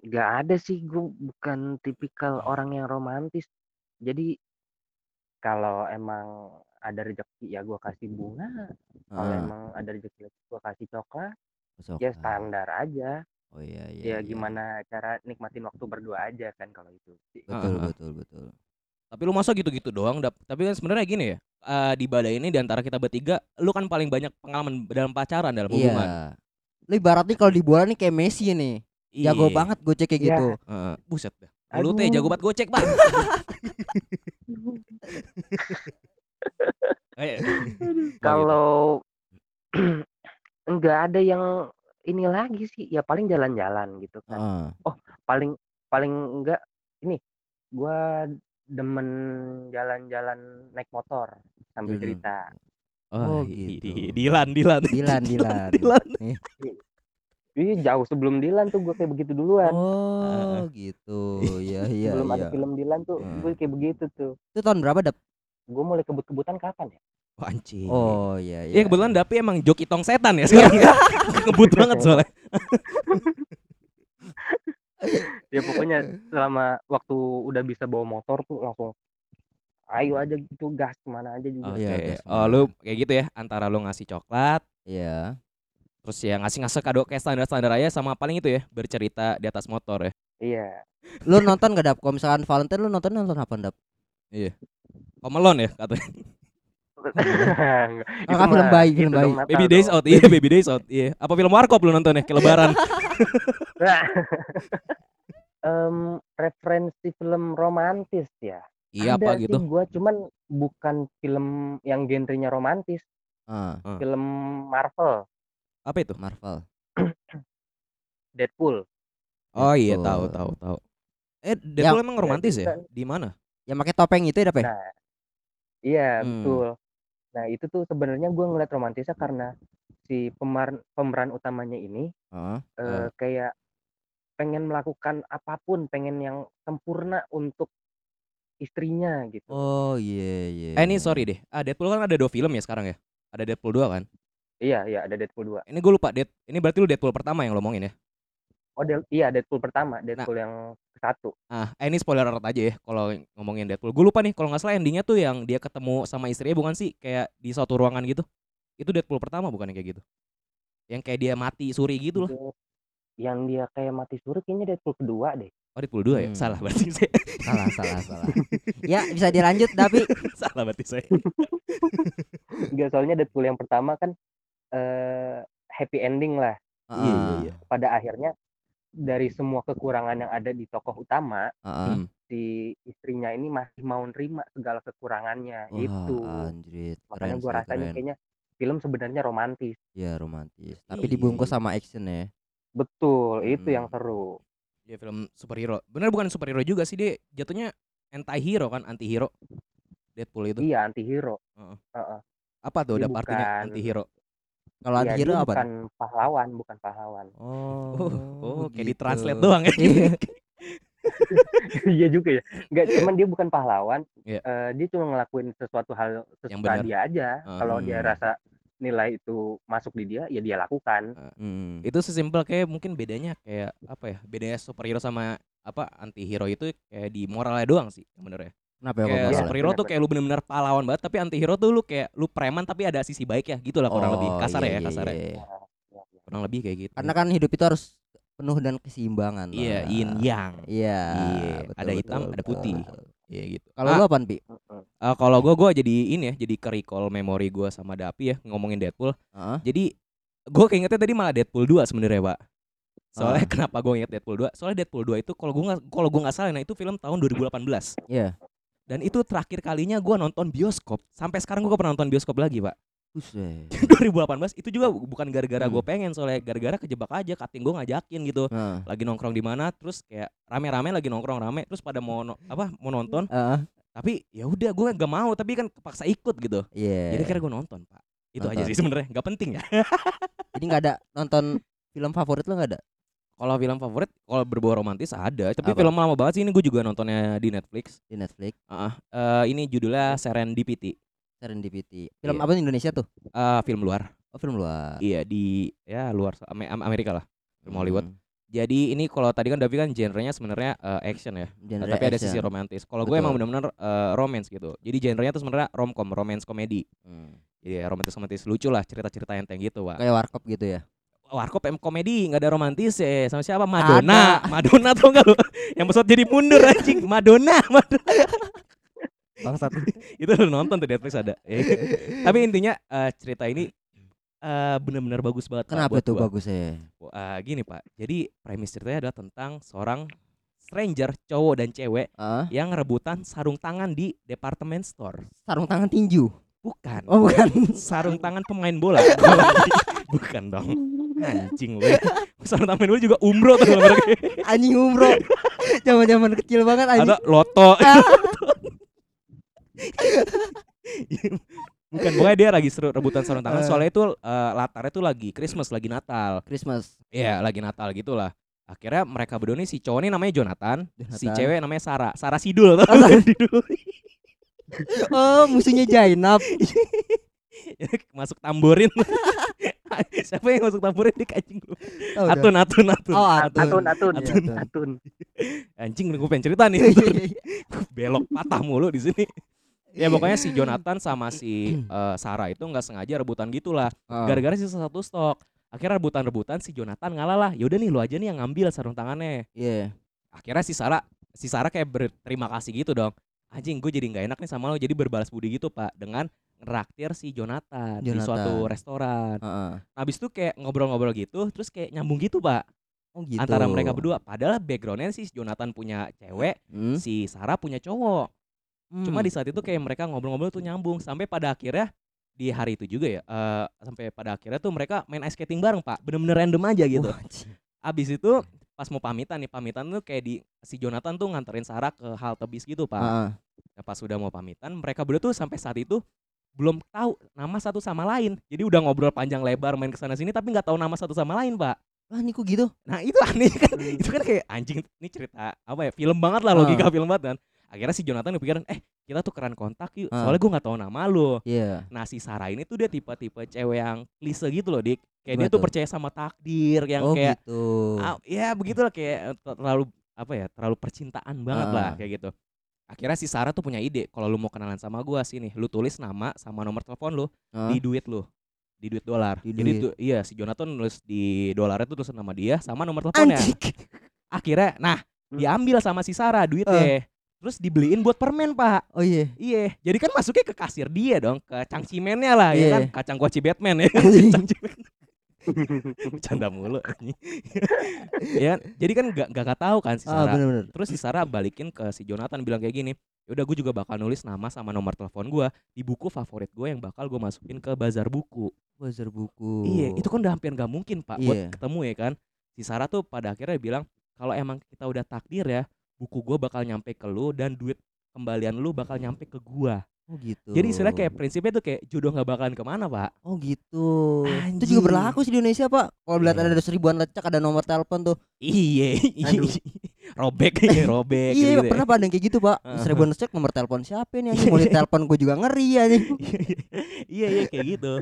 S3: nggak ada sih gue bukan tipikal orang yang romantis. Jadi kalau emang ada rezeki ya gue kasih bunga. Kalau
S2: Heeh,
S3: emang ada rezeki lagi gue kasih coklat.
S2: masuk.
S3: Ya standar aja.
S2: Ah. Oh iya iya.
S3: Ya
S2: iya.
S3: gimana cara nikmatin waktu berdua aja kan kalau itu.
S2: Betul
S1: Heeh.
S2: betul betul.
S1: Tapi lu masa gitu-gitu doang, Dap. Tapi kan sebenarnya gini ya. eh, di badai ini di antara kita bertiga, lu kan paling banyak pengalaman dalam pacaran dalam hubungan.
S2: Iya. Lu ibaratnya kalau di bola nih kayak Messi nih. Jago
S1: Iya. ah.
S2: banget gocek kayak
S3: Iya.
S2: gitu.
S1: Heeh. buset dah. Lu teh
S2: ya
S3: Aduh.
S1: jago banget gocek, Pak. Eh,
S2: gitu.
S3: Kalau nggak ada yang ini lagi sih. Ya paling jalan-jalan gitu kan.
S2: Heeh.
S3: paling paling enggak ini gua demen jalan-jalan naik motor sambil
S2: Hmm.
S3: cerita
S1: Oh,
S2: Oh,
S1: i-
S2: gitu.
S1: i- Dilan, Dilan.
S2: Dilan, Dilan.
S1: Dilan.
S3: Ih, jauh sebelum Dilan tuh gua kayak begitu duluan
S1: Ah,
S2: Oh, gitu. Iya, iya,
S3: sebelum ada
S2: iya.
S3: film Dilan tuh
S2: Hmm.
S3: gue kayak begitu tuh
S2: Itu tahun berapa, Dap?
S3: gue mulai kebut-kebutan kapan ya
S1: Oh, anjing.
S2: Oh, iya, iya.
S1: Iya kebetulan Dapi emang joki tong setan ya sekarang ya. Ngebut banget soalnya.
S3: ya pokoknya selama waktu udah bisa bawa motor tuh langsung ayo aja gitu gas kemana aja juga
S1: Oke.
S2: Iya, iya,
S1: Oh, lu kayak gitu ya antara lu ngasih coklat
S2: Iya.
S1: terus ya ngasih ngasih kado kayak standar-standar aja sama paling itu ya bercerita di atas motor ya.
S3: iya
S2: Lu nonton gak, Dap? Kalau misalkan Valentine lu nonton nonton apa, Dap?
S1: Komelon ya katanya.
S3: Iya.
S1: Ah,
S3: Itu
S2: kan film
S3: mah-
S2: bayi, film
S3: itu Gitu dong
S2: bayi.
S3: Natal
S1: Baby Days
S3: dong.
S1: Out. Iya, Baby Days Out. Iya. Apa film Warkop lu nonton ya ke lebaran?
S3: Nah. Em, referensi film romantis ya
S1: iya apa
S3: Ada sih
S1: gitu.
S3: gua cuman bukan film yang genrenya romantis,
S2: Ah,
S3: film Marvel,
S1: Apa itu?
S2: Marvel.
S3: Deadpool.
S1: Oh iya
S2: Deadpool.
S1: tahu tahu tahu. Eh Deadpool emang romantis ya? Di mana?
S2: Yang pakai topeng itu ya, Dap? ya?
S3: Nah, Iya,
S1: Hmm.
S3: betul. Nah, itu tuh sebenarnya gua ngeliat romantisnya karena si pemar- pemeran utamanya ini
S2: Heeh.
S3: eh, kayak pengen melakukan apapun, pengen yang sempurna untuk istrinya gitu.
S2: Oh, iya, iya.
S1: Eh ini sorry deh. Ah Deadpool kan ada dua film ya sekarang ya. Ada Deadpool 2 kan.
S3: Iya, iya ada Deadpool 2.
S1: Ini gue lupa Dead. Ini berarti lu Deadpool pertama yang lo omongin ya.
S3: Oh, Del- iya Deadpool pertama,
S2: Nah.
S3: Deadpool yang satu.
S1: Ah eh, ini spoiler alert aja ya kalau ngomongin Deadpool. Gue lupa nih kalau nggak salah endingnya tuh yang dia ketemu sama istrinya bukan sih kayak di suatu ruangan gitu. Itu Deadpool pertama bukan yang kayak gitu. Yang kayak dia mati suri gitu loh.
S3: Dead- Yang dia kayak mati suri kayaknya Deadpool kedua deh.
S1: Oh Deadpool 2 ya.
S2: Hmm.
S1: Salah berarti saya.
S2: Salah, salah, salah. ya, bisa dilanjut, Dapi.
S1: salah berarti saya.
S3: Enggak, soalnya Deadpool yang pertama kan eh happy ending lah. iya,
S2: Heeh.
S3: Pada akhirnya dari semua kekurangan yang ada di tokoh utama,
S2: Heeh.
S1: Hmm.
S3: si istrinya ini masih mau nerima segala kekurangannya
S2: Wah,
S3: itu.
S2: anjrit.
S3: Gitu. Makanya
S2: Keren
S3: gua
S2: sih,
S3: rasanya
S2: keren.
S3: kayaknya film sebenarnya romantis.
S2: Iya, romantis.
S3: gitu.
S2: Tapi
S1: Iya.
S2: dibungkus sama action ya.
S3: Betul, itu yang
S2: Hmm.
S3: seru.
S1: Dia film superhero. Bener bukan superhero juga sih dia jatuhnya anti hero kan anti hero. Deadpool itu.
S3: Iya, anti hero.
S1: Heeh.
S3: Heeh.
S1: Apa tuh
S3: Dia
S1: ada artinya
S3: bukan-
S1: anti hero?
S2: Kalau
S3: Iya,
S2: anti
S3: dia
S2: hero apa?
S3: bukan pahlawan, bukan pahlawan.
S2: Oh,
S1: Oh, kayak di
S2: gitu.
S1: translate doang ya.
S2: Iya.
S3: Iya juga ya. Enggak, cuman dia bukan pahlawan.
S1: Iya.
S3: Eh, dia cuma ngelakuin sesuatu hal
S1: Yang
S3: sesuka
S1: benar.
S3: dia aja.
S1: Ah,
S3: Kalau dia
S2: hmm.
S3: rasa nilai itu masuk di dia, ya dia lakukan.
S2: Hmm.
S1: itu sesimpel kayak mungkin bedanya kayak apa ya bedanya superhero sama apa anti hero itu kayak di moralnya doang sih sebenarnya
S2: Kenapa ya
S1: kayak
S3: moral?
S1: superhero
S3: Benar,
S1: tuh kayak lu bener-bener
S2: Oh, iya,
S1: pahlawan banget tapi anti hero tuh lu kayak lu preman tapi ada sisi baik ya gitu lah kurang lebih kasar ya kasar ya
S3: Nah,
S1: kurang lebih kayak gitu
S2: Karena kan hidup itu harus penuh dan keseimbangan. lah.
S1: iya yin yang
S2: Iya.
S1: Iya,
S2: betul,
S1: ada hitam,
S2: betul,
S1: ada
S2: betul,
S1: putih.
S2: betul.
S1: Iya gitu
S2: Kalau
S1: Ah,
S2: lu apaan, Pi?
S3: Heeh.
S1: Eh, kalau gue gue jadi ini ya, jadi ke recall memori gue sama Dapi ya ngomongin Deadpool.
S2: Heeh.
S1: Jadi gue keingetnya tadi malah Deadpool 2 sebenarnya, Pak. Soalnya
S2: Ah.
S1: kenapa gue inget Deadpool 2? Soalnya Deadpool 2 itu kalau gue kalau gue nggak salah nah itu film tahun 2018.
S2: Iya.
S1: Dan itu terakhir kalinya gue nonton bioskop. Sampai sekarang gue pernah nonton bioskop lagi, Pak.
S3: eh.
S1: 2018
S2: Buset.
S1: itu juga bukan gara-gara gue
S2: Hmm.
S1: pengen soalnya gara-gara kejebak aja kating gue ngajakin gitu.
S2: Heeh.
S1: Lagi nongkrong di mana terus kayak rame-rame lagi nongkrong rame terus pada mau no- apa mau nonton
S2: Heeh.
S1: tapi ya udah gue gak mau tapi kan kepaksa ikut gitu
S2: Iya.
S1: jadi akhirnya gue nonton pak itu aja
S2: Nonton.
S1: sih sebenarnya nggak penting ya
S2: Jadi nggak ada nonton film favorit lu nggak ada?
S1: kalau film favorit kalau berbau romantis ada tapi
S2: Apa?
S1: film lama banget sih ini gue juga nontonnya di Netflix
S2: Di Netflix,
S1: Eh ini judulnya Serendipity
S2: Serendipity. Film
S1: Iya.
S2: apa di Indonesia tuh?
S1: Eh film luar
S2: Oh, film luar.
S1: iya di ya luar Am- Am- Amerika lah film Hollywood
S2: Hmm.
S1: jadi ini kalau tadi kan Davi kan genrenya sebenarnya eh, action ya
S2: Hmm. Genre
S1: tapi ada
S2: action.
S1: sisi romantis kalau gue
S2: Betul.
S1: emang benar-benar eh, romance gitu jadi genrenya tuh sebenarnya romcom romance komedi
S2: Hmm.
S1: jadi ya, romantis romantis lucu lah cerita-cerita enteng gitu pak
S2: Kayak warkop gitu ya.
S1: warkop em komedi nggak ada romantis ya sama siapa Madonna
S2: Ada.
S1: Madonna tau nggak lu yang pesawat jadi mundur anjing Madonna Madonna
S2: Bangsat.
S1: itu lu nonton tuh di Netflix ada Ya. tapi intinya eh, cerita ini eh, benar-benar bagus banget Pak,
S2: Kenapa
S1: buat
S2: tuh
S1: gua.
S2: bagusnya?
S1: Eh, gini pak jadi premis ceritanya adalah tentang seorang stranger cowok dan cewek
S2: Heeh.
S1: yang rebutan sarung tangan di department store
S2: Sarung tangan tinju.
S1: bukan
S2: Oh, bukan.
S1: sarung tangan pemain bola bukan dong anjing lu sarung tangan pemain bola juga umroh tuh gambarnya.
S2: Anjing umroh. Zaman-zaman kecil banget anjing. Ah.
S1: ada loto bukan pokoknya dia lagi seru rebutan sarung tangan
S2: Eh.
S1: soalnya itu eh, latarnya tuh lagi Christmas lagi Natal
S2: Christmas.
S1: ya lagi Natal gitulah akhirnya mereka berdua nih si cowok nih namanya Jonathan, si
S2: Jonathan.
S1: cewek namanya Sarah Sarah Sidul tau
S2: Oh,
S1: nggak?
S2: Sarah
S1: Sidul.
S2: Oh, musuhnya Jainab.
S1: masuk tamburin siapa yang masuk tamburin dik anjing lu
S2: Oh,
S1: atun atun atun
S2: Oh,
S3: atun atun
S2: Atun.
S3: atun
S1: anjing gue pengen cerita nih belok patah mulu di sini ya
S2: Iya.
S1: pokoknya si Jonathan sama si eh, Sarah itu nggak sengaja rebutan gitulah
S2: Oh, Ah.
S1: gara-gara sisa satu stok akhirnya rebutan-rebutan si Jonathan ngalah lah yaudah nih lu aja nih yang ngambil sarung tangannya
S2: Iya.
S1: akhirnya si Sarah si Sarah kayak berterima kasih gitu dong anjing gue jadi nggak enak nih sama lo jadi berbalas budi gitu pak dengan ngeraktir si Jonathan, di
S2: Jonathan.
S1: suatu restoran
S2: Heeh.
S1: habis itu kayak ngobrol-ngobrol gitu terus kayak nyambung gitu pak
S2: Oh, gitu.
S1: antara mereka berdua padahal backgroundnya sih Jonathan punya cewek
S2: Hmm?
S1: si Sarah punya cowok Cuma di saat itu kayak mereka ngobrol-ngobrol tuh nyambung sampai pada akhirnya di hari itu juga ya eh, sampai pada akhirnya tuh mereka main ice skating bareng pak bener-bener random aja gitu
S2: Wah, Oh, anjing.
S1: abis itu pas mau pamitan nih pamitan tuh kayak di si Jonathan tuh nganterin Sarah ke halte bis gitu pak
S2: Heeh.
S1: Nah, pas udah mau pamitan mereka berdua tuh sampai saat itu belum tahu nama satu sama lain jadi udah ngobrol panjang lebar main kesana sini tapi nggak tahu nama satu sama lain pak
S2: Lah niku gitu.
S1: nah itu aneh kan
S2: Hmm.
S1: itu kan kayak anjing ini cerita apa ya film banget
S2: Ah.
S1: lah logika film banget kan akhirnya si Jonathan kepikiran eh kita tukeran kontak yuk
S2: Ah.
S1: soalnya gue nggak tahu nama lu
S2: Iya.
S1: nah si Sarah ini tuh dia tipe-tipe cewek yang klise gitu loh dik kayak dia
S2: Gimana
S1: tuh
S2: tuh?
S1: percaya sama takdir yang
S2: Oh,
S1: kayak
S2: gitu.
S1: ah, ya begitulah kayak ter- terlalu apa ya terlalu percintaan banget lah
S2: Ah.
S1: kayak gitu akhirnya si Sarah tuh punya ide kalau lu mau kenalan sama gue sini lu tulis nama sama nomor telepon lu
S2: Heeh.
S1: di duit lu di duit dolar
S2: Di
S1: jadi
S2: duit.
S1: tuh iya si Jonathan nulis di dolarnya tuh tulis nama dia sama nomor teleponnya
S2: Anjing.
S1: akhirnya nah
S3: Hmm.
S1: diambil sama si Sarah
S2: Eh.
S1: duitnya terus dibeliin buat permen pak
S2: Oh iya.
S1: iya jadi kan masuknya ke kasir dia dong ke cangcimennya lah ya
S2: Iya.
S1: kan kacang kuaci Batman ya
S2: Anjing.
S1: Cangcimen. bercanda mulu ya kan? jadi kan nggak nggak nggak tahu kan si
S2: Ah,
S1: Sarah
S2: bener-bener.
S1: terus si Sarah balikin ke si Jonathan bilang kayak gini "Ya udah gue juga bakal nulis nama sama nomor telepon gue di buku favorit gue yang bakal gue masukin ke bazar buku
S2: Bazar buku.
S1: Iya, itu kan udah hampir nggak mungkin pak buat
S2: Iya.
S1: ketemu ya kan. Si Sarah tuh pada akhirnya bilang kalau emang kita udah takdir ya, buku gua bakal nyampe ke lu dan duit kembalian lu bakal nyampe ke gua.
S2: Oh gitu.
S1: Jadi istilah kayak prinsipnya tuh kayak jodoh nggak bakalan kemana pak.
S2: Oh gitu. Itu juga
S1: Anjing.
S2: berlaku sih di Indonesia, Pak. Kalau lihat ada seribuan lecak ada nomor telepon tuh.
S1: Iya,
S2: Aduh.
S1: robek ya robek.
S2: iya,
S1: gitu-gitu ya.
S2: pernah pada yang kayak gitu, Pak.
S1: Heeh.
S2: Seribuan lecak nomor telepon siapa nih? Anjing mau ditelepon gue juga ngeri anjing.
S1: iya iya kayak gitu.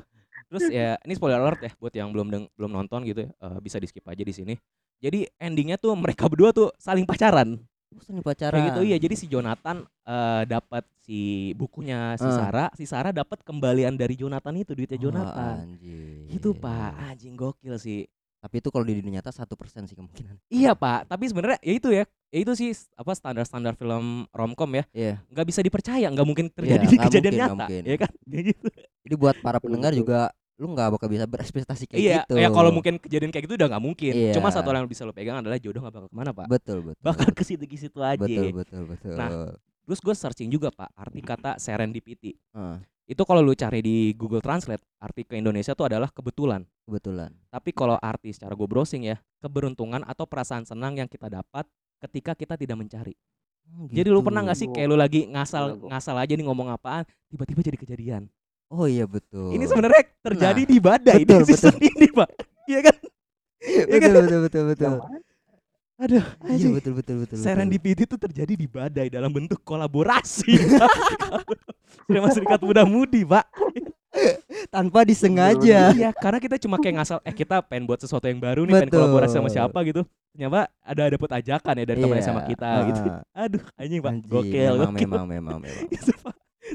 S1: Terus ya ini spoiler alert ya buat yang belum deng- belum nonton gitu ya, eh, bisa di skip aja di sini. Jadi endingnya tuh mereka berdua tuh saling pacaran.
S2: Terus nih pacaran.
S1: Kayak gitu iya jadi si Jonathan eh, dapat si bukunya si
S2: Eh.
S1: Sarah, si Sarah dapat kembalian dari Jonathan itu duitnya
S2: Oh,
S1: Jonathan.
S2: anjing.
S1: Gitu Pak, anjing gokil sih.
S2: Tapi itu kalau di dunia nyata satu persen sih kemungkinan.
S1: Iya pak, tapi sebenarnya ya itu ya, ya itu sih s- apa standar-standar film romcom ya,
S2: Iya.
S1: nggak bisa dipercaya, nggak mungkin terjadi di
S2: nggak
S1: kejadian
S2: mungkin, nggak
S1: nyata,
S2: mungkin.
S1: ya kan? Kayak gitu.
S2: Jadi buat para
S3: Betul,
S2: pendengar
S3: betul.
S2: juga lu nggak bakal bisa berekspektasi kayak
S1: Iya,
S2: gitu.
S1: ya kalau mungkin kejadian kayak gitu udah nggak mungkin.
S2: Iya.
S1: Cuma satu hal yang bisa lo pegang adalah jodoh nggak bakal kemana pak,
S2: Betul betul.
S1: bakal ke situ ke situ aja.
S2: Betul betul betul.
S1: Nah, Terus gue searching juga pak, arti kata serendipity.
S2: Heeh,
S1: Itu kalau lu cari di Google Translate, arti ke Indonesia itu adalah kebetulan.
S2: kebetulan.
S1: Tapi kalau arti secara gue browsing ya, keberuntungan atau perasaan senang yang kita dapat ketika kita tidak mencari.
S2: Hmm,
S1: Jadi lu
S2: gitu.
S1: pernah nggak sih
S3: Gua-
S1: kayak lu lagi ngasal
S3: gila gua.
S1: ngasal aja nih ngomong apaan, tiba-tiba jadi kejadian.
S2: Oh iya betul.
S1: Ini sebenarnya terjadi di badai
S2: Betul,
S1: di season ini, Pak. Iya kan? iya kan?
S2: betul, betul betul betul.
S3: Yang mana?
S1: Aduh,
S2: Iya
S1: anjing.
S2: betul betul betul.
S1: Serendipity itu terjadi di badai dalam bentuk kolaborasi. Pak. Sama serikat muda-mudi, Pak.
S2: betul. tanpa disengaja.
S1: Iya, karena kita cuma kayak ngasal eh kita pengen buat sesuatu yang baru nih, pengen
S2: Betul.
S1: kolaborasi sama siapa gitu. Ternyata ada dapet ajakan ya dari teman
S2: Iya,
S1: sama kita gitu.
S2: heeh.
S1: Aduh, anjing, Pak.
S2: Anjing,
S1: Gokil,
S2: memang,
S1: gokil.
S2: memang memang memang.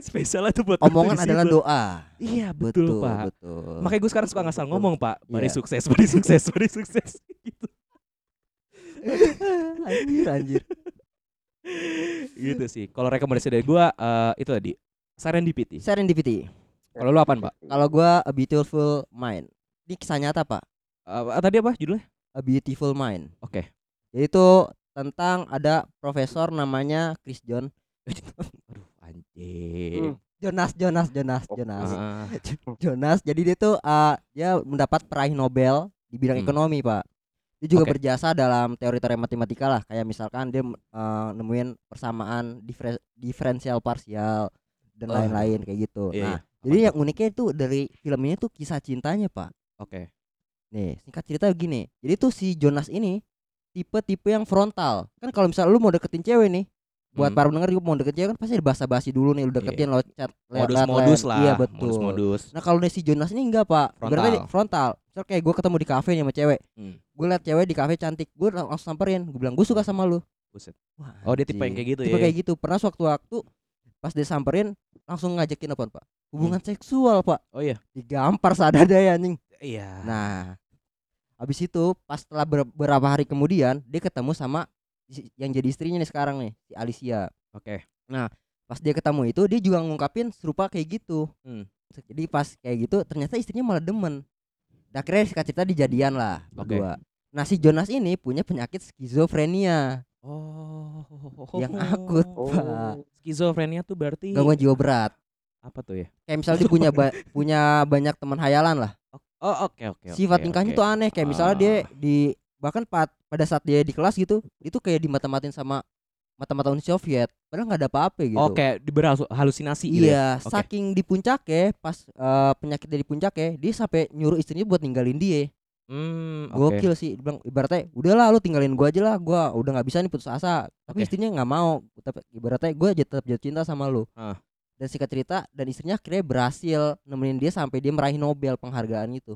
S1: Spesialnya tuh buat
S2: Omongan
S1: itu di
S2: adalah
S1: situ.
S2: doa.
S1: Iya, betul,
S2: Betul,
S1: Pak.
S2: betul.
S1: Makanya gue sekarang suka ngasal
S2: Betul.
S1: ngomong pak Mari
S2: Iya.
S1: sukses, mari sukses, mari sukses Gitu
S2: anjir anjir.
S1: Gitu sih Kalau rekomendasi dari gue eh, Itu tadi Serendipity
S2: Serendipity.
S1: Kalau lu apaan pak?
S2: Kalau gua A Beautiful Mind. Ini kisah nyata, Pak.
S1: Eh, tadi apa judulnya?
S2: A Beautiful Mind.
S1: Oke.
S2: Yaitu tentang ada profesor namanya Chris John
S1: Aduh
S2: Hmm.
S1: anjing
S2: Jonas Jonas Jonas
S3: Oke.
S2: Jonas.
S1: Ah,
S2: Jonas. Jadi dia tuh eh, dia mendapat peraih Nobel di bidang
S1: Hmm.
S2: ekonomi, Pak. Dia juga
S1: Oke.
S2: berjasa dalam teori-teori matematika lah, kayak misalkan dia eh, nemuin persamaan differen- diferensial parsial
S1: Oh.
S2: dan lain-lain kayak gitu.
S1: Iya, iya.
S2: nah,
S1: Apa
S2: jadi
S1: tuh?
S2: yang uniknya itu dari film ini tuh kisah cintanya, Pak.
S1: Oke
S2: Nih, singkat cerita gini. Jadi tuh si Jonas ini tipe-tipe yang frontal. Kan kalau misalnya lu mau deketin cewek nih,
S1: Hmm.
S2: buat
S1: Iya,
S2: para pendengar juga mau deketin cewek kan pasti ada basa-basi dulu nih, lu deketin lewat chat, lewat
S1: Modus-modus
S2: line.
S1: lah
S2: Iya, betul.
S1: Modus-modus
S2: Nah, kalau dari si Jonas ini enggak, Pak. Ibaratnya
S1: Frontal.
S2: dia frontal. Misal kayak gue ketemu di kafe nih sama cewek.
S1: Hmm.
S2: Gue liat cewek di kafe cantik, gue lang- langsung samperin, gue bilang gue suka sama lu.
S1: Buset.
S2: Wah,
S1: Oh dia tipe yang
S2: anjing.
S1: kayak gitu
S2: Tipe
S1: ya
S2: kayak gitu. Pernah sewaktu-waktu pas disamperin langsung ngajakin apa, Pak? Hubungan seksual, Pak.
S1: Oh iya
S2: Digampar sadadanya anjing.
S1: Iya
S2: Nah, habis itu pas setelah ber- beberapa hari kemudian dia ketemu sama si- yang jadi istrinya nih sekarang nih, si Alicia.
S1: Oke
S2: Pas dia ketemu itu dia juga ngungkapin serupa kayak gitu.
S1: Hmm.
S2: Jadi pas kayak gitu ternyata istrinya malah demen. Dan akhirnya singkat cerita dijadian lah
S1: Oke.
S2: berdua. Nah si Jonas ini punya penyakit skizofrenia,
S1: Oh
S2: Yang akut,
S3: Oh.
S2: Pak.
S1: Skizofrenia tuh berarti
S2: gangguan jiwa berat.
S1: Apa tuh ya?
S2: Kayak misalnya dia punya ba- punya banyak teman hayalan lah.
S1: Oh oke oke
S2: Sifat
S1: oke, Ah.
S2: tingkahnya
S1: oke.
S2: kan tuh aneh kayak misalnya dia di bahkan pat- pada saat dia di kelas gitu, itu kayak dimata-matain sama mata-mata Uni Soviet. Padahal nggak ada apa-apa gitu.
S1: Oke di- berhalusinasi gitu ya?
S2: Iya,
S1: Oke.
S2: saking di puncaknya pas eh, penyakit dari puncaknya, dia sampai nyuruh istrinya buat ninggalin dia.
S1: Hmm, oke.
S2: Gokil sih, dia bilang ibaratnya udahlah lu tinggalin gua aja lah, gua udah nggak bisa nih putus asa. Tapi
S1: Oke.
S2: istrinya nggak mau. Tapi ibaratnya gua aja tetap jatuh cinta sama lu.
S1: Ah.
S2: Dan singkat cerita dan istrinya akhirnya berhasil nemenin dia sampai dia meraih Nobel penghargaan itu.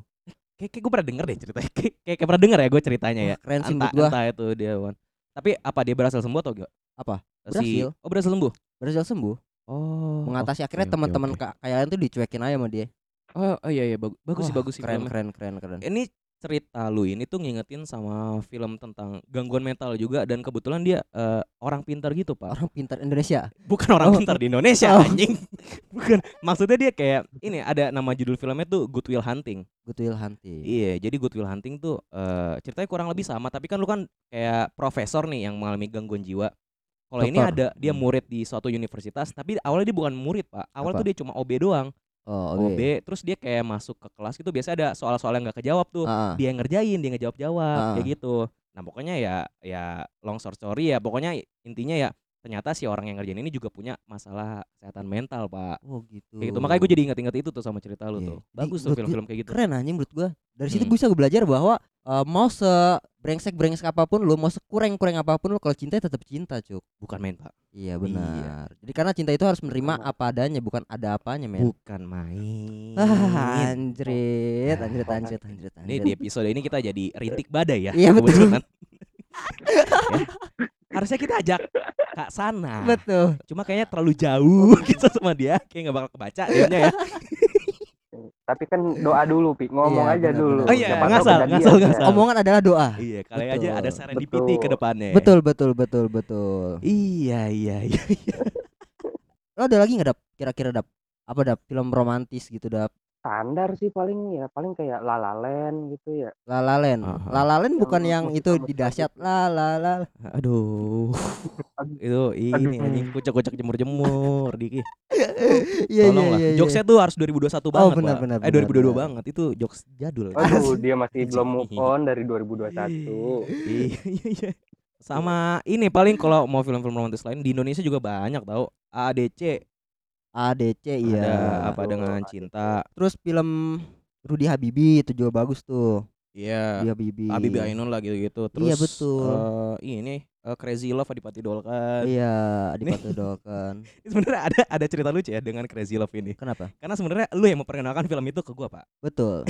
S1: Kayak, gue pernah denger deh ceritanya. Kayak, kayak, kayak pernah denger ya gue ceritanya ya.
S2: Wah, keren
S1: Entah,
S2: sih menurut Iya, kan gua.
S1: entah itu dia Wan. Tapi apa dia berhasil sembuh atau enggak?
S2: Apa?
S1: Si,
S2: Berhasil.
S1: oh berhasil sembuh.
S2: Berhasil sembuh,
S1: Oh.
S2: mengatasi
S1: oke,
S2: akhirnya
S1: oke,
S2: teman-teman
S1: oke.
S2: ka- kayaan tuh dicuekin aja sama dia.
S1: Oh, oh iya iya bagus bagus sih
S2: Wah,
S1: bagus sih
S2: Keren
S1: filmnya.
S2: keren keren keren.
S1: Ini cerita lu ini tuh ngingetin sama film tentang gangguan mental juga dan kebetulan dia eh, orang pintar gitu pak
S2: Orang pintar Indonesia.
S1: bukan orang
S2: Oh.
S1: pintar di Indonesia
S2: Oh.
S1: anjing bukan maksudnya dia kayak ini ada nama judul filmnya tuh Good Will Hunting
S2: Good Will Hunting.
S1: Iya, jadi Good Will Hunting tuh eh, ceritanya kurang lebih sama, tapi kan lu kan kayak profesor nih yang mengalami gangguan jiwa. Kalau ini
S2: Dokter.
S1: ada dia
S2: Hmm.
S1: murid di suatu universitas, tapi awalnya dia bukan murid, Pak. Awalnya
S2: Apa?
S1: tuh dia cuma OB doang.
S2: Oh,
S1: OB,
S2: oke.
S1: terus dia kayak masuk ke kelas gitu biasa ada soal-soal yang gak kejawab tuh.
S2: Ah, ah.
S1: Dia yang ngerjain, dia ngejawab-jawab
S2: Ah.
S1: kayak gitu. Nah, pokoknya ya ya long story story ya, pokoknya intinya ya ternyata si orang yang ngerjain ini juga punya masalah kesehatan mental, Pak.
S2: Oh gitu.
S1: Kayak gitu. Makanya gue jadi inget-inget itu tuh sama cerita lu
S2: Iya.
S1: tuh.
S2: Di-
S1: Bagus tuh
S2: menurut gue
S1: film-film kayak gitu.
S2: keren anjing menurut gua. Dari situ
S1: Mm-mm.
S2: bisa gue belajar bahwa eh, mau se brengsek brengsek apapun lu, mau sekurang-kurang apapun lu kalau cinta ya tetap cinta, Cuk.
S1: Bukan main, Pak.
S2: Iya benar. Jadi karena cinta itu harus menerima apa adanya bukan ada apanya, men.
S1: Bukan main.
S2: Ah, anjrit, anjrit, anjrit, anjrit,
S1: Ini
S2: anjrit.
S1: di episode ini kita jadi rintik badai ya.
S2: Iya, betul.
S1: kebetulan. Ya. Harusnya kita ajak Kak Sana.
S2: Betul.
S1: gitu Cuma kayaknya terlalu jauh kita sama dia, kayak nggak bakal kebaca dia ya.
S3: tapi kan doa dulu pi ngomong
S2: Iya,
S3: aja
S2: benar,
S3: dulu
S2: benar.
S1: Oh iya,
S3: Siapa tahu
S1: ngasal,
S3: kejadian,
S1: ngasal,
S3: kan?
S1: ngasal.
S2: Omongan adalah doa.
S1: Iya, kali aja ada
S2: Betul.
S1: serendipity ke
S3: Betul.
S1: depannya.
S2: Betul betul betul betul.
S1: Iya, iya, iya.
S2: Lo ada lagi nggak dap? Kira-kira dap? Apa dap? Film romantis gitu dap?
S3: standar sih paling ya paling kayak lalalen gitu ya
S2: Lalalen.
S1: Aha.
S2: Lalalen bukan
S3: Yang
S2: yang
S3: musik
S2: itu
S3: sama
S2: di dahsyat la la la. la.
S1: Aduh. Itu ini
S3: Aduh.
S1: anjing kucak-kucak jemur-jemur, Diki.
S2: Iya iya
S1: Tolonglah.
S2: iya. iya.
S1: Jokesnya tuh harus 2021 banget,
S2: Oh, benar,
S1: Pak.
S2: benar,
S1: Eh,
S2: benar,
S1: 2022
S2: benar.
S1: banget. Itu jokes jadul. ya.
S3: aduh dia masih belum
S1: Anjing.
S3: move on dari 2021
S1: Iya, iya, iya. Sama ini paling kalau mau film-film romantis lain di Indonesia juga banyak tahu. ADC
S2: ADC iya.
S1: ada apa dengan
S3: Betul,
S1: cinta.
S2: Terus film Rudy Habibie itu juga bagus tuh.
S1: Iya.
S2: Rudy Habibie.
S1: Abi Ainun lah gitu-gitu. Terus
S2: Iya, betul.
S1: eh, ini eh, Crazy Love Adipati Dolken.
S2: Iya, Adipati Dolken.
S1: Sebenarnya ada ada cerita lucu ya dengan Crazy Love ini.
S2: kan. Kenapa?
S1: Karena sebenarnya lu yang memperkenalkan film itu ke gua, Pak.
S2: Betul.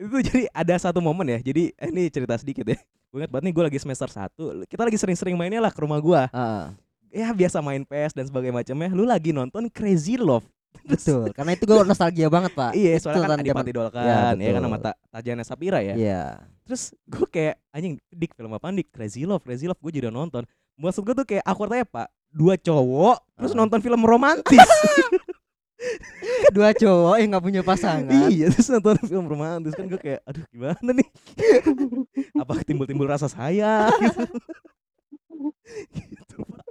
S1: Itu jadi ada satu momen ya. Jadi eh, ini cerita sedikit ya. Gue ingat banget nih gue lagi semester 1 Kita lagi sering-sering mainnya lah ke rumah gua
S2: Heeh.
S1: Ya biasa main PS dan sebagainya macamnya Lu lagi nonton Crazy Love Terus-
S2: betul. Karena itu gue nostalgia banget, Pak.
S1: Iya soalnya
S2: Sultan
S1: kan Adipati Dolken
S2: Ya,
S1: ya,
S2: betul.
S1: kan sama Ta- Tajana Sapira ya
S2: Iya.
S1: Terus gue kayak anjing dik film apaan dik Crazy Love Crazy Love gue jadi nonton Maksud gue tuh kayak awkward aja pak Dua cowok terus
S2: Ah.
S1: nonton film romantis
S2: Dua cowok yang nggak punya pasangan.
S1: Iya terus nonton film romantis kan gue kayak aduh gimana nih Apa timbul-timbul rasa sayang gitu. Gitu, Pak.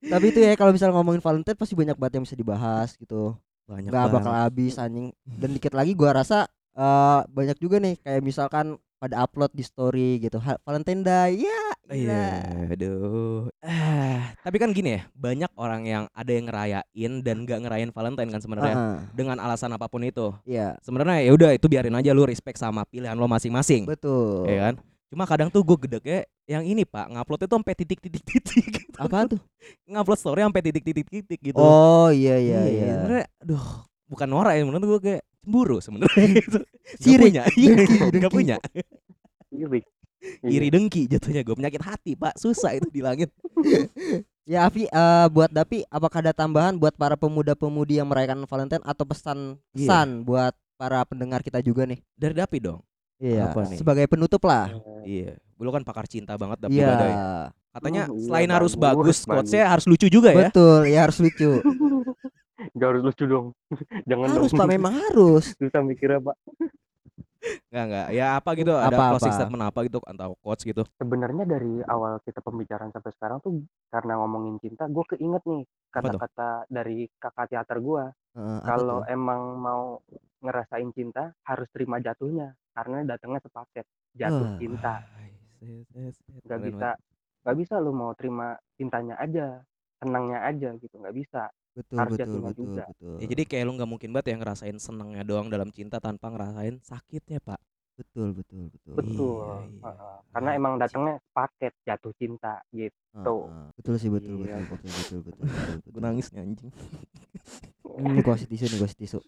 S2: Tapi itu ya kalau misalnya ngomongin Valentine pasti banyak banget yang bisa dibahas gitu.
S1: Banyak
S2: Nggak bakal
S1: banget.
S2: habis anjing. Dan dikit lagi gua rasa eh banyak juga nih kayak misalkan pada upload di story gitu. Ha- Valentine Day. Ya.
S1: Iya,
S2: gila.
S1: aduh. Ah, tapi kan gini ya, banyak orang yang ada yang ngerayain dan nggak ngerayain Valentine kan sebenarnya
S2: Heeh,
S1: dengan alasan apapun itu.
S2: Iya.
S1: Sebenarnya ya udah itu biarin aja lu respect sama pilihan lo masing-masing.
S2: Betul.
S1: Ya kan? Cuma kadang tuh gue gedeknya yang ini Pak, ngupload itu sampai titik-titik-titik gitu.
S2: Apa tuh?
S1: Ngupload story sampai titik-titik-titik gitu.
S2: Oh iya iya iya.
S1: Sebenarnya aduh, bukan norak ya menurut gue kayak cemburu sebenarnya gitu. Nggak
S2: Sirik,
S1: punya. Iya,
S2: dengki,
S1: nggak
S2: dengki.
S1: punya.
S3: Iya, Pi. Iya.
S1: Iri dengki jatuhnya gue penyakit hati, Pak. Susah itu di langit.
S2: Ya Afi eh, buat Dapi apakah ada tambahan buat para pemuda-pemudi yang merayakan Valentine atau pesan
S1: Iya.
S2: pesan buat para pendengar kita juga nih?
S1: Dari Dapi dong.
S2: Iya.
S1: Apa nih?
S2: Sebagai penutup lah.
S1: Iya, lu kan pakar cinta banget tapi
S2: Iya.
S1: badai. Katanya
S3: Hmm, iya,
S1: selain harus bagus,
S3: bagus,
S1: quotes-nya harus lucu juga ya.
S2: Betul, ya harus lucu.
S3: Gak harus lucu dong jangan
S2: harus
S3: dong.
S2: Pak memang harus.
S3: susah mikirnya pak
S1: Enggak enggak. Ya apa gitu ada
S2: Apa-apa.
S1: closing statement apa gitu atau quotes gitu.
S3: sebenarnya dari awal kita pembicaraan sampai sekarang tuh karena ngomongin cinta gue keinget nih
S1: Apa tuh?
S3: kata-kata dari kakak teater gue
S2: Heeh, apa
S3: kalau
S2: tuh?
S3: emang mau ngerasain cinta harus terima jatuhnya karena datangnya sepaket jatuh
S2: Wah.
S3: cinta nggak
S1: Keren
S3: bisa nggak bisa lu mau terima cintanya aja senangnya aja gitu nggak bisa
S2: betul
S3: harus
S2: betul
S3: jatuhnya
S2: betul
S3: juga.
S2: betul.
S1: banget. Ya, jadi kayak lu nggak mungkin banget ya ngerasain senengnya doang dalam cinta tanpa ngerasain sakitnya, Pak.
S2: betul betul betul.
S3: betul
S1: iya.
S3: Heeh. karena emang datangnya paket jatuh cinta gitu Betul.
S2: iya. Heeh, Betul sih betul
S3: Iya.
S2: betul betul betul betul. betul,
S1: Gue
S2: betul.
S1: nangis nih anjing.
S2: Ini gua kasih tisu nih gua kasih tisu.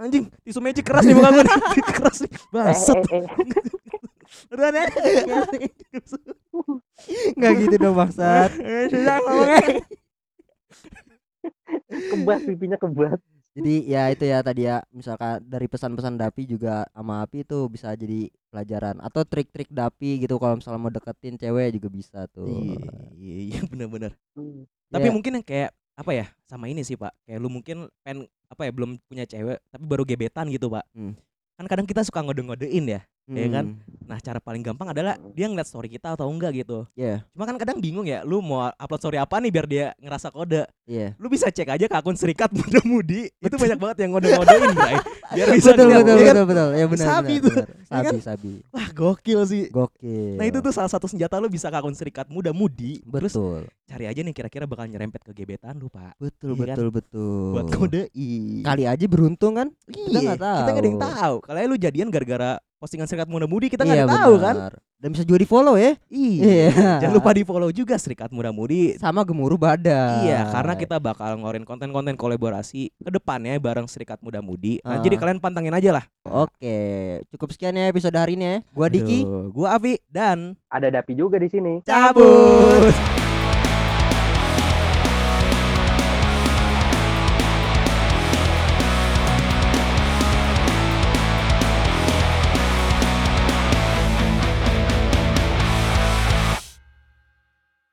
S1: Anjing, tisu magic keras nih muka gue nih. keras nih. ya? Bangsat.
S3: eh, eh, eh.
S1: Udah udah.
S2: Enggak gitu dong bangsat.
S1: Eh, Susah ngomongnya.
S3: kebas pipinya kebas
S2: Jadi ya itu ya tadi ya misalkan dari pesan-pesan Dapi juga sama Api itu bisa jadi pelajaran atau trik-trik Dapi gitu kalau misalnya mau deketin cewek juga bisa tuh.
S1: Iya, iya, iya, benar-benar.
S3: Hmm.
S1: tapi
S2: Ya,
S1: mungkin yang kayak apa ya sama ini sih pak kayak lu mungkin pen apa ya belum punya cewek tapi baru gebetan gitu pak
S2: Hmm.
S1: kan kadang kita suka ngode-ngodein ya ya kan?
S2: hmm,
S1: nah cara paling gampang adalah dia ngeliat story kita atau enggak gitu
S2: Iya.
S1: cuma kan kadang bingung ya lu mau upload story apa nih biar dia ngerasa kode
S2: Iya.
S1: lu bisa cek aja ke akun serikat muda mudi itu banyak banget yang ngode-ngodein Bray. biar bisa
S2: betul,
S1: ngeliat, ya
S2: betul,
S1: kan?
S2: betul, betul. Ya benar,
S1: Sabi
S2: benar,
S1: tuh,
S2: benar.
S1: ya kan?
S2: Sabi, sabi.
S1: wah gokil sih
S2: Gokil.
S1: nah itu tuh salah satu senjata lu bisa ke akun serikat muda mudi terus
S2: betul.
S1: cari aja nih kira-kira bakal nyerempet ke gebetan lu pak
S2: Betul,
S1: iya kan?
S2: betul, betul.
S1: buat ngodein
S2: Kali aja beruntung kan?
S1: Iya,
S2: nggak
S1: Kita nggak ada yang
S2: tahu.
S1: tahu. Kalau lu jadian gara-gara postingan serikat muda mudi kita nggak
S2: Iya,
S1: ada yang tahu kan?
S2: benar. Dan bisa juga di-follow ya.
S1: Iya.
S2: Iya.
S1: Jangan lupa di follow juga serikat muda mudi.
S2: sama gemuruh badan.
S1: Iya, karena kita bakal ngorin konten-konten kolaborasi ke depannya bareng serikat muda mudi. Nah,
S2: Ah.
S1: jadi kalian pantengin aja lah.
S2: Oke, cukup sekian ya episode hari ini ya. Gua Diki.
S1: Aduh, gua Avi dan
S3: ada dapi juga di sini
S1: cabut.